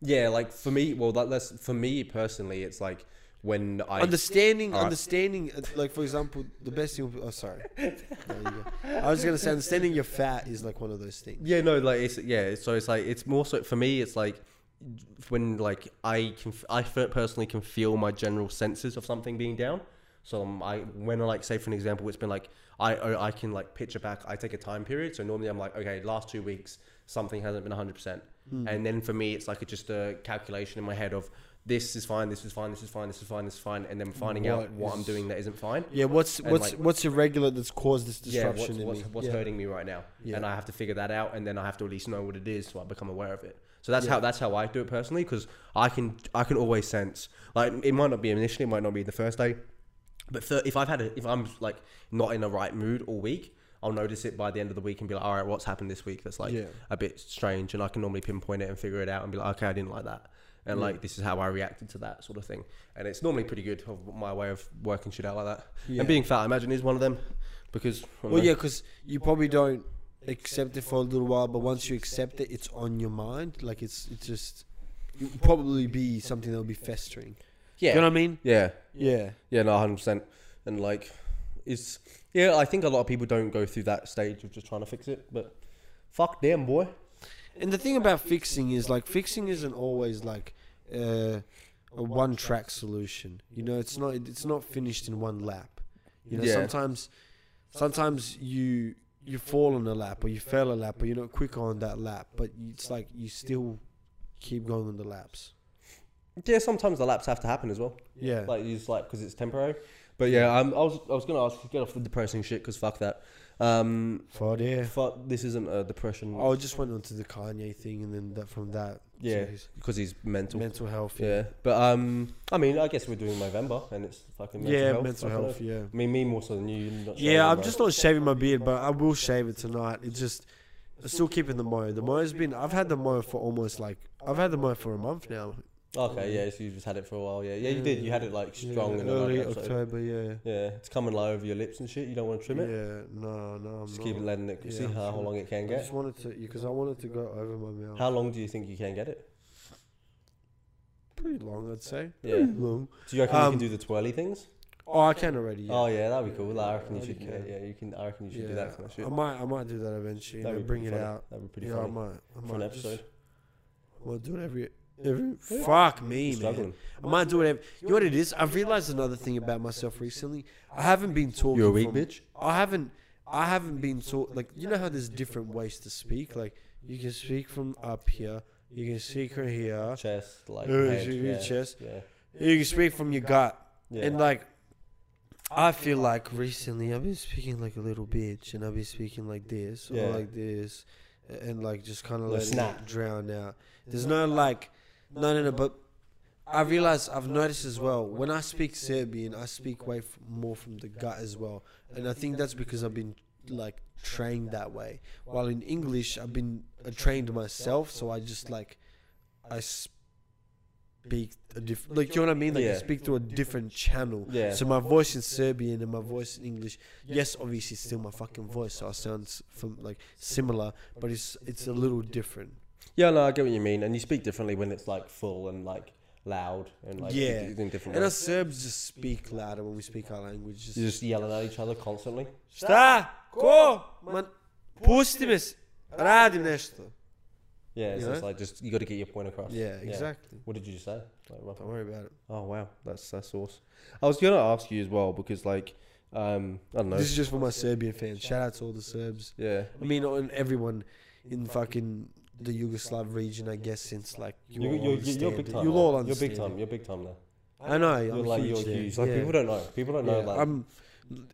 Speaker 3: Yeah, like for me, well, that, that's for me personally. It's like when I
Speaker 2: understanding,
Speaker 3: Alright.
Speaker 2: understanding. uh, Like for example, the best thing. Oh, sorry. There you go. I was gonna say understanding your fat is like one of those things.
Speaker 3: yeah no like it's yeah so it's like it's more so for me it's like when like I can f- I fe- personally can feel my general senses of something being down. So um, I when I like say for an example, it's been like I I I can like picture back. I take a time period. So normally I'm like okay, last two weeks something hasn't been 100. percent
Speaker 2: Hmm.
Speaker 3: And then for me, it's like a, just a calculation in my head of this is fine, this is fine, this is fine, this is fine, this is fine, and then finding out
Speaker 2: What
Speaker 3: what I'm
Speaker 2: is-
Speaker 3: doing that isn't fine.
Speaker 2: Yeah. What's
Speaker 3: And,
Speaker 2: what's
Speaker 3: like-
Speaker 2: what's irregular that's caused this disruption
Speaker 3: yeah, what's,
Speaker 2: in
Speaker 3: what's,
Speaker 2: me?
Speaker 3: what's
Speaker 2: yeah.
Speaker 3: hurting me right now
Speaker 2: Yeah.
Speaker 3: and i have to figure that out and then i have to at least know what it is so i become aware of it so that's how that's how i do it personally because i can i can always sense like it might not be initially it might not be the first day but thir- if i've had a, if i'm like not in the right mood all week I'll notice it by the end of the week and be like, all right, what's happened this week that's like
Speaker 2: Yeah.
Speaker 3: a bit strange? And I can normally pinpoint it and figure it out and be like, okay, I didn't like that. And like, this is how I reacted to that sort of thing. And it's normally pretty good of my way of working shit out like that.
Speaker 2: Yeah.
Speaker 3: And being fat, I imagine, is one of them because, I don't
Speaker 2: Well,
Speaker 3: know.
Speaker 2: yeah, because you probably don't accept it for a little while, but once you accept it, it's on your mind. Like it's it's just it'll probably be something that'll be festering.
Speaker 3: Yeah.
Speaker 2: You know what I mean?
Speaker 3: yeah.
Speaker 2: Yeah.
Speaker 3: Yeah, no, 100%. And like, it's, yeah, I think a lot of people don't go through that stage of just trying to fix it, but fuck them, boy.
Speaker 2: And the thing about fixing is like fixing isn't always like uh, a one track solution. You know, it's not it's not finished in one lap. You know,
Speaker 3: Yeah.
Speaker 2: sometimes sometimes you you fall on a lap or you fail a lap or you're not quick on that lap, but you- it's like you still keep going on the laps.
Speaker 3: Yeah, sometimes the laps have to happen as well.
Speaker 2: Yeah.
Speaker 3: like you just like because it's temporary. But yeah, i I was I was gonna ask you to get off the depressing shit because fuck that. Um,
Speaker 2: For there.
Speaker 3: fuck this isn't a depression.
Speaker 2: Oh, I just went on to the Kanye thing and then that from that to
Speaker 3: yeah,
Speaker 2: his
Speaker 3: because he's mental.
Speaker 2: mental health.
Speaker 3: Yeah, but um, I mean, I guess we're doing November and it's fucking mental
Speaker 2: yeah,
Speaker 3: health.
Speaker 2: mental
Speaker 3: I don't
Speaker 2: health
Speaker 3: know.
Speaker 2: yeah.
Speaker 3: I mean, me more so than you. you're not shaving,
Speaker 2: Yeah, I'm
Speaker 3: right?
Speaker 2: just not shaving my beard, but I will shave it tonight. It's just I'm still keeping the mow. The mow's been I've had the mow for almost like I've had the mow for a month now.
Speaker 3: Okay, yeah, so you just had it for a while. Yeah, yeah, you did. You had it like strong
Speaker 2: yeah,
Speaker 3: in
Speaker 2: early
Speaker 3: another episode.
Speaker 2: October, yeah.
Speaker 3: Yeah, it's coming low over your lips and shit. You don't want to trim it.
Speaker 2: Yeah, no, no, I'm
Speaker 3: Just
Speaker 2: not.
Speaker 3: keep letting it.
Speaker 2: Yeah,
Speaker 3: see
Speaker 2: I'm
Speaker 3: how, how
Speaker 2: sure.
Speaker 3: long it
Speaker 2: I
Speaker 3: can get.
Speaker 2: just wanted to because I wanted to go over my mouth.
Speaker 3: How long do you think you can get it?
Speaker 2: Pretty long, I'd say.
Speaker 3: Yeah.
Speaker 2: Pretty long.
Speaker 3: Do you reckon you
Speaker 2: Hmm. Um,
Speaker 3: can do the twirly things?
Speaker 2: Oh, I can already. Yeah.
Speaker 3: Oh yeah, that'd be cool.
Speaker 2: Yeah,
Speaker 3: I
Speaker 2: yeah,
Speaker 3: reckon you
Speaker 2: that'd
Speaker 3: should.
Speaker 2: be
Speaker 3: Yeah,
Speaker 2: cool.
Speaker 3: yeah, you can. I reckon you should do that kind of shit.
Speaker 2: I might, I might do that eventually. You
Speaker 3: That'd
Speaker 2: know,
Speaker 3: be
Speaker 2: bring
Speaker 3: pretty
Speaker 2: it
Speaker 3: funny.
Speaker 2: out.
Speaker 3: That'd be pretty
Speaker 2: yeah, I
Speaker 3: funny
Speaker 2: might. I might
Speaker 3: for an
Speaker 2: just-
Speaker 3: episode.
Speaker 2: I might do it every, every. Fuck me, man.
Speaker 3: Struggling.
Speaker 2: I might do whatever. You know what it is? I've realized another thing about myself recently. I haven't been talking.
Speaker 3: You're a weak
Speaker 2: from-
Speaker 3: bitch.
Speaker 2: I haven't. I haven't been taught. Like you know how there's different ways to speak. Like you can speak from up here. You can speak from here.
Speaker 3: Chest, like
Speaker 2: Yeah,
Speaker 3: head,
Speaker 2: you
Speaker 3: yeah,
Speaker 2: read chest.
Speaker 3: Yeah,
Speaker 2: You can speak from your gut.
Speaker 3: yeah.
Speaker 2: And like, I feel like recently I've been speaking like a little bitch, and I've been speaking like this
Speaker 3: Yeah.
Speaker 2: or like this, and like just kind of
Speaker 3: No
Speaker 2: letting
Speaker 3: snap.
Speaker 2: it drown out. There's no like, no, no, no. But I realize I've noticed as well when I speak Serbian, I speak way f- more from the gut as well, and I think that's because I've been like trained that way. While in English, I've been uh, trained myself, so I just like, I. Speak a different, like you know what I mean. Like I
Speaker 3: Yeah.
Speaker 2: speak through a different channel.
Speaker 3: Yeah.
Speaker 2: So my voice in Serbian and my voice in English, yes, obviously it's still my fucking voice, so I sound from like similar, but it's it's a little different.
Speaker 3: yeah, no, I get what you mean. And you speak differently when it's like full and like loud and like
Speaker 2: Yeah.
Speaker 3: you do things different.
Speaker 2: And us
Speaker 3: ways.
Speaker 2: Serbs just speak louder when we speak our language. Just,
Speaker 3: You're just yelling at each other constantly.
Speaker 2: Šta? Ko? Man, pusti me, s- radim nešto.
Speaker 3: Yeah, it's
Speaker 2: You know?
Speaker 3: just like just you got to get your point across.
Speaker 2: Yeah, exactly.
Speaker 3: What did you say? Like, rough-
Speaker 2: Don't worry about it.
Speaker 3: oh wow, that's that's awesome. I was gonna ask you as well because like um I don't know.
Speaker 2: This is just for my Serbian fans. Shout out to all the Serbs.
Speaker 3: yeah,
Speaker 2: I mean, on everyone in fucking the Yugoslav region, I guess, since like you
Speaker 3: you,
Speaker 2: all
Speaker 3: you're, you're,
Speaker 2: understand
Speaker 3: you're big
Speaker 2: it.
Speaker 3: time.
Speaker 2: You'll all
Speaker 3: You're
Speaker 2: understand.
Speaker 3: big
Speaker 2: it.
Speaker 3: time. You're big time there.
Speaker 2: I know.
Speaker 3: You're
Speaker 2: I'm
Speaker 3: like
Speaker 2: huge
Speaker 3: you're
Speaker 2: there.
Speaker 3: huge. Like
Speaker 2: Yeah.
Speaker 3: people don't know. People don't know.
Speaker 2: Yeah,
Speaker 3: Like
Speaker 2: I'm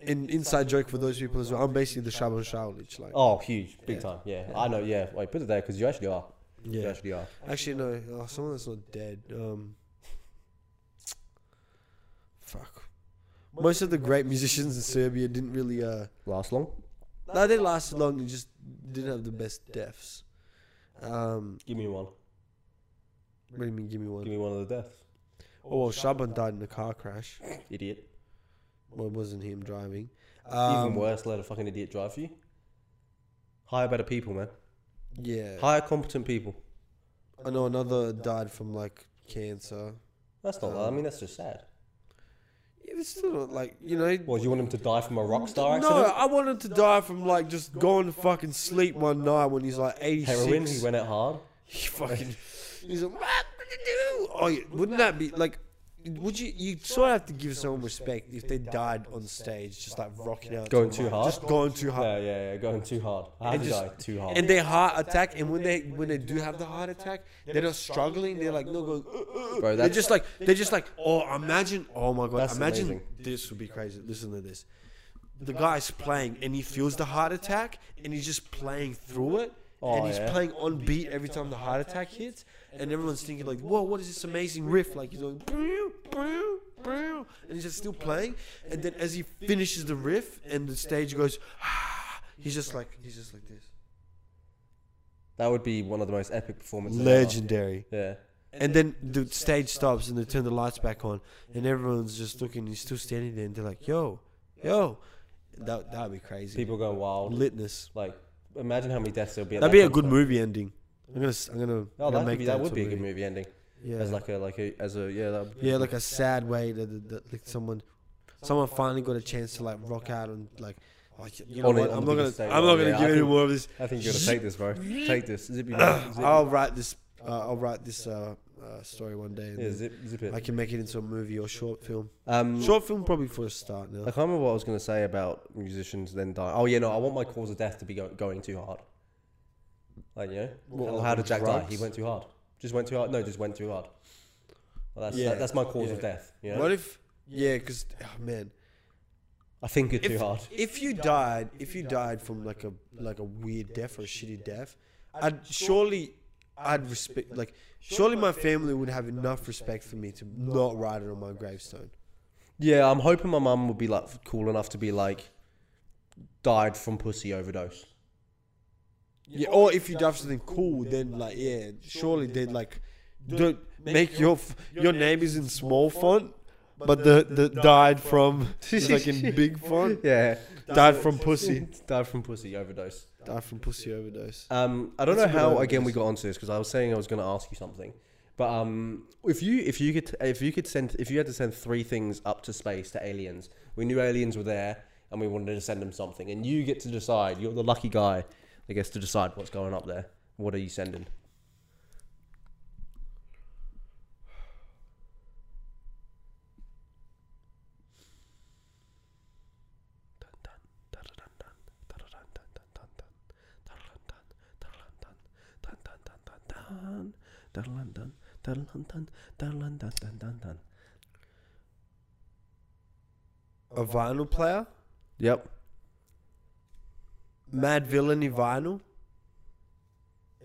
Speaker 2: in inside joke for those people as well. I'm basically the Shaban Shaolich. Like,
Speaker 3: oh, huge, big
Speaker 2: Yeah.
Speaker 3: time. Yeah, I know. Yeah, wait, put it there because you actually are. You
Speaker 2: yeah.
Speaker 3: actually are.
Speaker 2: Actually, no. Oh, someone that's not dead. Um, fuck. Most of the great musicians in Serbia didn't really. Uh,
Speaker 3: Last long.
Speaker 2: no, they lasted long and just didn't have the best deaths. Um,
Speaker 3: Give me one.
Speaker 2: what do you mean? Give me
Speaker 3: Give
Speaker 2: one.
Speaker 3: me one of the deaths.
Speaker 2: Oh well, Shaban died in a car crash.
Speaker 3: Idiot.
Speaker 2: Well, it wasn't him driving.
Speaker 3: Even
Speaker 2: Um,
Speaker 3: worse, let a fucking idiot drive for you. Hire better people, man.
Speaker 2: yeah.
Speaker 3: Hire competent people.
Speaker 2: I know another died from like cancer.
Speaker 3: That's not. I mean, that's just sad.
Speaker 2: Yeah, it's still not like you know.
Speaker 3: Well, you want him to die from a rock star
Speaker 2: No,
Speaker 3: accident?
Speaker 2: I want him to die from like just going to fucking sleep one night when he's like 86.
Speaker 3: Heroin. He went out hard.
Speaker 2: He fucking. He's like, what do? Oh, yeah, wouldn't that be like? Would you? You sort of have to give someone respect if they died on stage, just like rocking out, to
Speaker 3: Going
Speaker 2: the
Speaker 3: too
Speaker 2: mic,
Speaker 3: hard?
Speaker 2: just going too
Speaker 3: Yeah,
Speaker 2: hard,
Speaker 3: yeah, yeah. Going too hard. I have
Speaker 2: Uh, And
Speaker 3: to
Speaker 2: just-
Speaker 3: die too hard.
Speaker 2: and their heart attack. And when they when they do have the heart attack, they're not struggling. They're like no going. "Uh, uh, uh."
Speaker 3: Bro,
Speaker 2: They're
Speaker 3: that's-
Speaker 2: just like they're just like oh imagine oh my god
Speaker 3: That's
Speaker 2: imagine
Speaker 3: amazing.
Speaker 2: this would be crazy. Listen to this. the guy's playing and he feels the heart attack and he's just playing through it
Speaker 3: Oh,
Speaker 2: and he's
Speaker 3: yeah.
Speaker 2: playing on beat every time the heart attack hits and everyone's thinking like whoa what is this amazing riff like he's going "Pew, pew, pew," and he's just still playing and then as he finishes the riff and the stage goes he's just like he's just like this
Speaker 3: that would be one of the most epic performances. ever.
Speaker 2: legendary
Speaker 3: Yeah.
Speaker 2: and then the stage stops and they turn the lights back on and everyone's just looking he's still standing there and they're like yo yo that that would be crazy
Speaker 3: People going wild.
Speaker 2: litness
Speaker 3: Like, imagine how many deaths there'll be. at
Speaker 2: That'd
Speaker 3: that
Speaker 2: be a good
Speaker 3: concert.
Speaker 2: movie ending. I'm gonna, s- I'm gonna,
Speaker 3: Oh,
Speaker 2: I'm gonna
Speaker 3: that would
Speaker 2: make
Speaker 3: be,
Speaker 2: that
Speaker 3: that would
Speaker 2: to
Speaker 3: be a good movie ending.
Speaker 2: Yeah,
Speaker 3: As like a like a as a yeah. That would be
Speaker 2: yeah, like a sad way that, that, that like someone, someone finally got a chance to like rock out and like Like, you know
Speaker 3: On the-
Speaker 2: what?
Speaker 3: on
Speaker 2: I'm not
Speaker 3: the
Speaker 2: gonna.
Speaker 3: biggest stage.
Speaker 2: I'm not gonna
Speaker 3: Yeah, I
Speaker 2: give any
Speaker 3: think-
Speaker 2: more of this.
Speaker 3: I think you're gonna take this, bro. Take this. Zip your
Speaker 2: I'll write this. Uh, I'll write this uh, uh, story one day. And
Speaker 3: Yeah,
Speaker 2: then
Speaker 3: zip, zip
Speaker 2: I
Speaker 3: it.
Speaker 2: can make it into a movie or short film.
Speaker 3: Um,
Speaker 2: Short film probably for a start now.
Speaker 3: I can't remember what I was going to say about musicians then die. Oh yeah, no, I want my cause of death to be go- going too hard. Like you know,
Speaker 2: What,
Speaker 3: Well,
Speaker 2: like
Speaker 3: how
Speaker 2: on
Speaker 3: did Jack die? He
Speaker 2: drugs?
Speaker 3: went too hard. Just went too hard. No, just went too hard. Well, that's
Speaker 2: Yeah.
Speaker 3: that, that's my cause
Speaker 2: Yeah.
Speaker 3: of death. You know,
Speaker 2: What if? Yeah, because oh, man,
Speaker 3: I think it too
Speaker 2: if-
Speaker 3: hard.
Speaker 2: if you died, if you died from like a like a weird death or a shitty death, I'd surely, I'd respect. Like, surely my family would have enough respect for me to not write it on my gravestone.
Speaker 3: Yeah, I'm hoping my mum would be like cool enough to be like, died from pussy overdose.
Speaker 2: Yeah, or if you die for something cool, then like yeah, surely they'd like don't make your f- your name is in small font, but the the died from is like in big font.
Speaker 3: Yeah,
Speaker 2: Died from pussy.
Speaker 3: died from pussy overdose.
Speaker 2: Died from pussy overdose.
Speaker 3: Um, I don't
Speaker 2: That's
Speaker 3: know
Speaker 2: a good
Speaker 3: how again
Speaker 2: idea.
Speaker 3: we got onto this because I was saying I was going to ask you something, but um, if you if you could if you could send if you had to send three things up to space to aliens, we knew aliens were there and we wanted to send them something, and you get to decide. You're the lucky guy that gets to decide what's going up there. What are you sending?
Speaker 2: A vinyl player,
Speaker 3: Yep.
Speaker 2: Mad Villainy vinyl,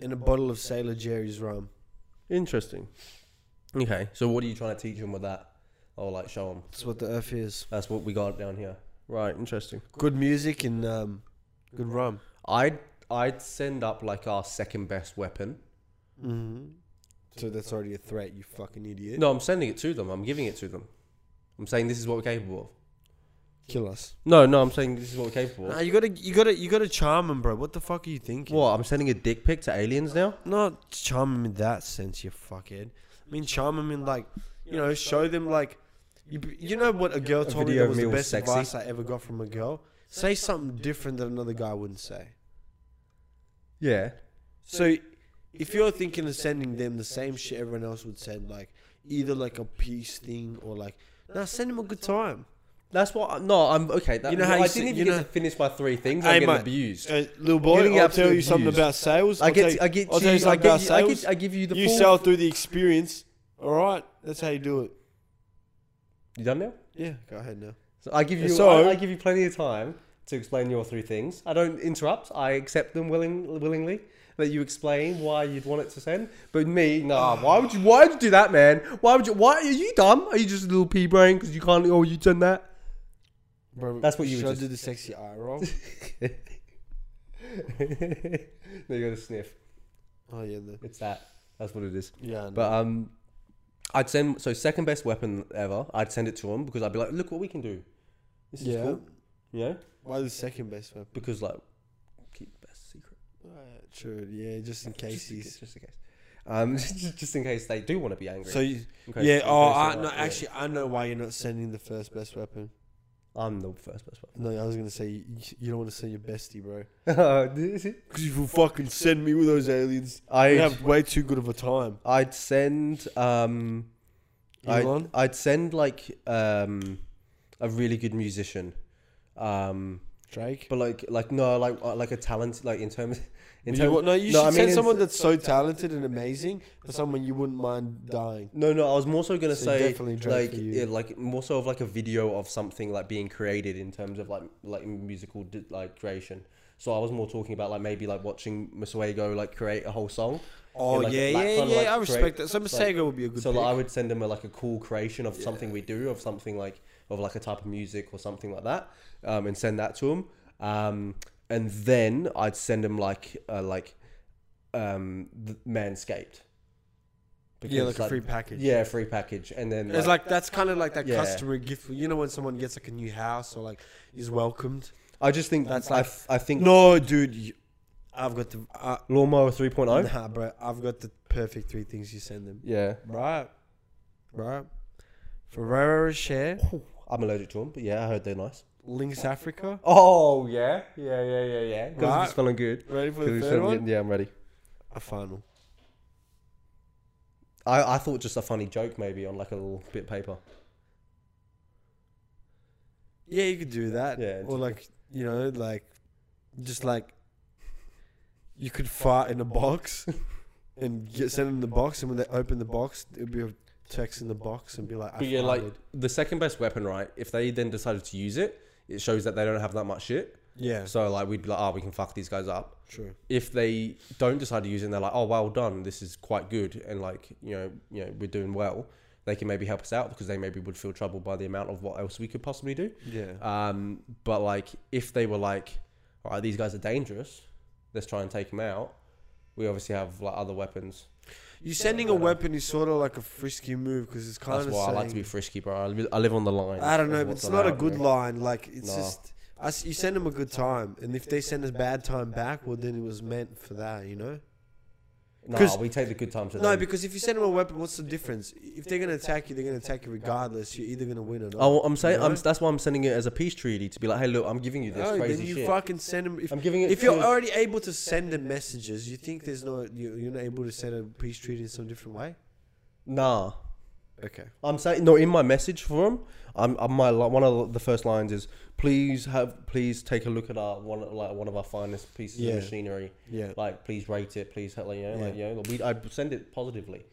Speaker 2: and a bottle of Sailor Jerry's rum.
Speaker 3: Interesting. Okay, so what are you trying to teach them with that? Or like show them?
Speaker 2: That's what the earth is.
Speaker 3: That's what we got down here. Right, interesting.
Speaker 2: Good music and um, good rum.
Speaker 3: I'd I'd send up like our second best weapon.
Speaker 2: Mm-hmm. So that's already a threat, you fucking idiot.
Speaker 3: No, I'm sending it to them. I'm giving it to them. I'm saying this is what we're capable of.
Speaker 2: Kill us.
Speaker 3: No, no, I'm saying this is what we're capable
Speaker 2: Nah,
Speaker 3: of.
Speaker 2: you gotta, you gotta, you gotta charm him, bro. What the fuck are you thinking?
Speaker 3: What? I'm sending a dick pic to aliens now?
Speaker 2: Not charm him in that sense, you fuckhead. I mean, charm him in like, you know, show them like, you, you know what a girl told me
Speaker 3: video
Speaker 2: that
Speaker 3: of
Speaker 2: was
Speaker 3: me
Speaker 2: the
Speaker 3: all
Speaker 2: best
Speaker 3: sexy.
Speaker 2: advice I ever got from a girl. Say something different that another guy wouldn't say.
Speaker 3: Yeah.
Speaker 2: So, if you're thinking of sending them the same shit everyone else would send, like either like a peace thing or like, nah, send them a good time.
Speaker 3: That's what. I, no, I'm okay. That,
Speaker 2: You know how you
Speaker 3: I
Speaker 2: see-
Speaker 3: didn't
Speaker 2: you
Speaker 3: even
Speaker 2: know-
Speaker 3: get to finish my three things. I'm
Speaker 2: Hey,
Speaker 3: getting
Speaker 2: mate.
Speaker 3: abused.
Speaker 2: Uh, little
Speaker 3: You're
Speaker 2: boy,
Speaker 3: getting
Speaker 2: I'll tell you
Speaker 3: absolute
Speaker 2: something
Speaker 3: abused.
Speaker 2: about sales.
Speaker 3: I
Speaker 2: I'll
Speaker 3: get.
Speaker 2: tell you-
Speaker 3: I get.
Speaker 2: I'll
Speaker 3: you,
Speaker 2: tell you
Speaker 3: I,
Speaker 2: something about
Speaker 3: get you, I,
Speaker 2: sales.
Speaker 3: get, I give you the.
Speaker 2: You
Speaker 3: full-
Speaker 2: sell through the experience. All right, that's how you do it.
Speaker 3: You done now?
Speaker 2: Yeah, go ahead now.
Speaker 3: So I give you.
Speaker 2: So-
Speaker 3: I, I give you plenty of time to explain your three things. I don't interrupt. I accept them willing, willingly. That you explain why you'd want it to send, but me, nah. Why would you? Why would you do that, man? Why would you? Why are you dumb? Are you just a little pea brain because you can't? Oh, you done that?
Speaker 2: Bro,
Speaker 3: That's what you were
Speaker 2: should I
Speaker 3: just-
Speaker 2: do the sexy eye roll?
Speaker 3: no, you got to sniff.
Speaker 2: oh yeah, the,
Speaker 3: It's that. That's what it is.
Speaker 2: yeah. I know.
Speaker 3: But um, I'd send so second best weapon ever. I'd send it to him because I'd be like, look what we can do. This is
Speaker 2: yeah.
Speaker 3: cool. You know,
Speaker 2: Why the second best weapon?
Speaker 3: because like keep the best secret.
Speaker 2: Alright, true. Yeah, just in case
Speaker 3: Just in case.
Speaker 2: he's.
Speaker 3: Just in case. Um, just, just in case they do want to be angry.
Speaker 2: So you,
Speaker 3: In case-
Speaker 2: yeah.
Speaker 3: in
Speaker 2: Oh,
Speaker 3: case
Speaker 2: I,
Speaker 3: they're
Speaker 2: no.
Speaker 3: like, yeah,
Speaker 2: Actually, I know why you're not sending the first best weapon.
Speaker 3: I'm the first best
Speaker 2: No, I was gonna say you, you don't want to send your bestie, bro.
Speaker 3: weapon.
Speaker 2: Because if you fucking send me with those aliens,
Speaker 3: I
Speaker 2: you have way too good of a time.
Speaker 3: I'd send um I'd,
Speaker 2: Elon?
Speaker 3: I'd send like um a really good musician. Um
Speaker 2: Drake.
Speaker 3: but like like no like uh, like a talent like in terms in
Speaker 2: But
Speaker 3: terms
Speaker 2: you, want- no, you
Speaker 3: no,
Speaker 2: should
Speaker 3: I
Speaker 2: send
Speaker 3: mean,
Speaker 2: someone that's so talented and amazing, but someone you wouldn't mind dying.
Speaker 3: no no I was more so gonna
Speaker 2: So
Speaker 3: say
Speaker 2: definitely Drake
Speaker 3: like
Speaker 2: for you.
Speaker 3: yeah, like more so of like a video of something like being created in terms of like like musical d- like creation. So I was more talking about like maybe like watching Masuego like create a whole song.
Speaker 2: Oh
Speaker 3: like,
Speaker 2: yeah,
Speaker 3: like,
Speaker 2: yeah,
Speaker 3: kinda
Speaker 2: yeah.
Speaker 3: like
Speaker 2: I
Speaker 3: create-
Speaker 2: respect that. So Masego would be a good.
Speaker 3: so
Speaker 2: pick.
Speaker 3: like, I would send them a, like a cool creation of something we do, of something like of like a type of music or something like that, um, and send that to them. Um, and then I'd send them like uh, like um, the Manscaped.
Speaker 2: yeah, like a free package.
Speaker 3: Yeah, free package, and then
Speaker 2: It's like that's kind of like that
Speaker 3: Yeah.
Speaker 2: customer gift. You know when someone gets like a new house or like is welcomed.
Speaker 3: I just think
Speaker 2: that's
Speaker 3: that's like
Speaker 2: like-
Speaker 3: I think
Speaker 2: No, dude, you, I've got the uh,
Speaker 3: lawnmower oh. 3.0.
Speaker 2: nah, bro. I've got the perfect three things you send them.
Speaker 3: Yeah,
Speaker 2: Right, right. Ferrero Rocher,
Speaker 3: I'm allergic to them, but yeah, I heard they're nice.
Speaker 2: Links Africa.
Speaker 3: Oh yeah, yeah, yeah, yeah, yeah. Because
Speaker 2: Right.
Speaker 3: it's feeling good.
Speaker 2: Ready for
Speaker 3: 'Cause
Speaker 2: the
Speaker 3: it's
Speaker 2: third
Speaker 3: feeling
Speaker 2: one?
Speaker 3: good. Yeah, I'm ready.
Speaker 2: A final.
Speaker 3: I, I thought just a funny joke maybe on like a little bit of paper.
Speaker 2: Yeah, you could do that.
Speaker 3: Yeah,
Speaker 2: Or
Speaker 3: just-
Speaker 2: like you know, like just like you could fart in a box and get send them the box, and when they open the box, it'd be a text in the box and be like, I
Speaker 3: But yeah, like
Speaker 2: farted.
Speaker 3: the second best weapon, right? If they then decided to use it, it shows that they don't have that much shit.
Speaker 2: yeah,
Speaker 3: So like we'd be like, oh, we can fuck these guys up.
Speaker 2: true.
Speaker 3: If they don't decide to use it, and they're like, oh, well done, this is quite good, and like you know, you know, we're doing well. They can maybe help us out because they maybe would feel troubled by the amount of what else we could possibly do.
Speaker 2: Yeah,
Speaker 3: Um, but like, if they were like, all right, these guys are dangerous, let's try and take them out. We obviously have like other weapons.
Speaker 2: you sending a weapon is sort of like a frisky move because it's kind
Speaker 3: That's
Speaker 2: of.
Speaker 3: why I like to be frisky, bro. I live, I live on the line.
Speaker 2: I don't know,
Speaker 3: of
Speaker 2: but
Speaker 3: what's
Speaker 2: it's not a
Speaker 3: allowed,
Speaker 2: good
Speaker 3: bro.
Speaker 2: line. Like it's
Speaker 3: Nah.
Speaker 2: just. I s you send them a good time, and if they send a bad time back, well, then it was meant for that, you know.
Speaker 3: Nah,
Speaker 2: 'Cause-
Speaker 3: we take the good time to
Speaker 2: No,
Speaker 3: them.
Speaker 2: because if you send them a weapon, what's the difference? If they're gonna attack you, they're gonna attack you regardless. You're either gonna win or not.
Speaker 3: Oh, I'm saying
Speaker 2: You
Speaker 3: I'm,
Speaker 2: know?
Speaker 3: that's why I'm sending it as a peace treaty to be like, hey, look, I'm giving you this
Speaker 2: No,
Speaker 3: crazy
Speaker 2: then you
Speaker 3: shit.
Speaker 2: fucking send them. If,
Speaker 3: I'm giving it.
Speaker 2: if you're
Speaker 3: to-
Speaker 2: already able to send them messages, you think there's no you, you're not able to send a peace treaty in some different way?
Speaker 3: nah,
Speaker 2: Okay.
Speaker 3: I'm saying no. In my message for them, I'm, I'm my li- one of the first lines is please have please take a look at our one of- like one of our finest pieces
Speaker 2: Yeah.
Speaker 3: of machinery.
Speaker 2: Yeah.
Speaker 3: Like please rate it. Please help, like, you know, like you
Speaker 2: Yeah.
Speaker 3: know. We I send it positively,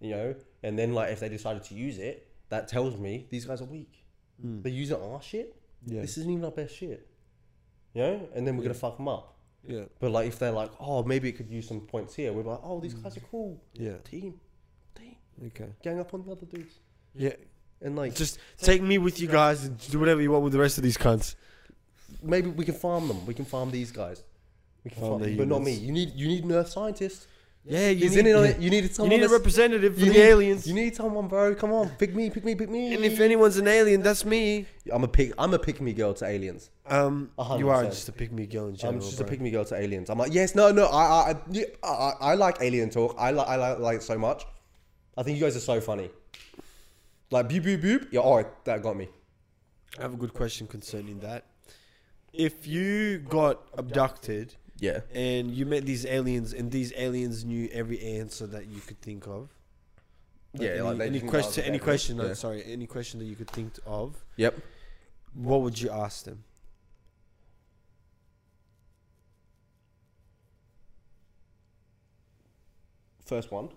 Speaker 3: you know. And then like if they decided to use it, that tells me these guys are weak.
Speaker 2: Mm.
Speaker 3: They're using our shit.
Speaker 2: Yeah.
Speaker 3: This isn't even our best shit. You know. And then we're gonna fuck them up.
Speaker 2: yeah.
Speaker 3: But like if they're like, oh, maybe it could use some points here. We're like, oh, these guys are cool.
Speaker 2: Yeah.
Speaker 3: Team, team,
Speaker 2: Okay.
Speaker 3: gang up on the other dudes.
Speaker 2: Yeah.
Speaker 3: And like,
Speaker 2: Just take me with you guys and do whatever you want with the rest of these cunts.
Speaker 3: maybe we can farm them. We can farm these guys. We can
Speaker 2: Farm
Speaker 3: farm,
Speaker 2: the
Speaker 3: them, but not me.
Speaker 2: humans.
Speaker 3: You need you need an earth scientist.
Speaker 2: Yeah, you
Speaker 3: He's
Speaker 2: need,
Speaker 3: in it on
Speaker 2: yeah.
Speaker 3: it. You need
Speaker 2: You
Speaker 3: someone.
Speaker 2: need a
Speaker 3: that's-
Speaker 2: representative for
Speaker 3: you
Speaker 2: the
Speaker 3: need-
Speaker 2: aliens.
Speaker 3: You need someone, bro. Come on, pick me, pick me, pick me.
Speaker 2: and if anyone's an alien, that's me.
Speaker 3: I'm a pick, I'm a pick me girl to aliens.
Speaker 2: Um,
Speaker 3: A hundred
Speaker 2: you are
Speaker 3: percent.
Speaker 2: just a pygmy girl in general.
Speaker 3: I'm just a
Speaker 2: bro.
Speaker 3: pick me girl to aliens. I'm like, yes, no, no. I I, I- yeah, I, I- I like alien talk. I like I like, like it so much. I think you guys are so funny. Like boop boop boop. Yeah, all right, that got me.
Speaker 2: I have a good question concerning that. If you got abducted
Speaker 3: Yeah.
Speaker 2: and you met these aliens, and these aliens knew every answer that you could think of,
Speaker 3: Yeah,
Speaker 2: any,
Speaker 3: like they
Speaker 2: any
Speaker 3: didn't ask
Speaker 2: question, any
Speaker 3: everything.
Speaker 2: question,
Speaker 3: Yeah.
Speaker 2: no, sorry, any question that you could think of,
Speaker 3: Yep.
Speaker 2: what would you ask them?
Speaker 3: First one.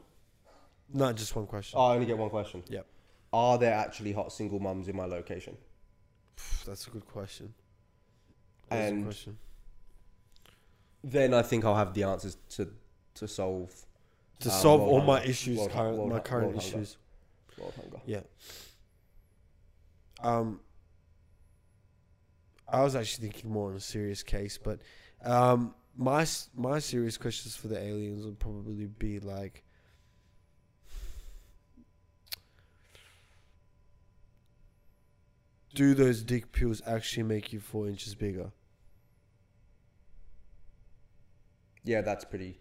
Speaker 2: Not just one question.
Speaker 3: Oh, I only get one question.
Speaker 2: Yep.
Speaker 3: Are there actually hot single mums in my location?
Speaker 2: Pff, That's a good question. That's a
Speaker 3: And-
Speaker 2: good question.
Speaker 3: Then I think I'll have the answers to to solve
Speaker 2: to
Speaker 3: uh,
Speaker 2: solve
Speaker 3: world
Speaker 2: all my
Speaker 3: hunger,
Speaker 2: issues,
Speaker 3: world hu-
Speaker 2: current,
Speaker 3: world
Speaker 2: my
Speaker 3: hu-
Speaker 2: current
Speaker 3: world hunger.
Speaker 2: issues.
Speaker 3: world hunger.
Speaker 2: Yeah. Um, I was actually thinking more on a serious case, but um, my s- my serious questions for the aliens would probably be like, do those dick pills actually make you four inches bigger?
Speaker 3: Yeah, that's pretty.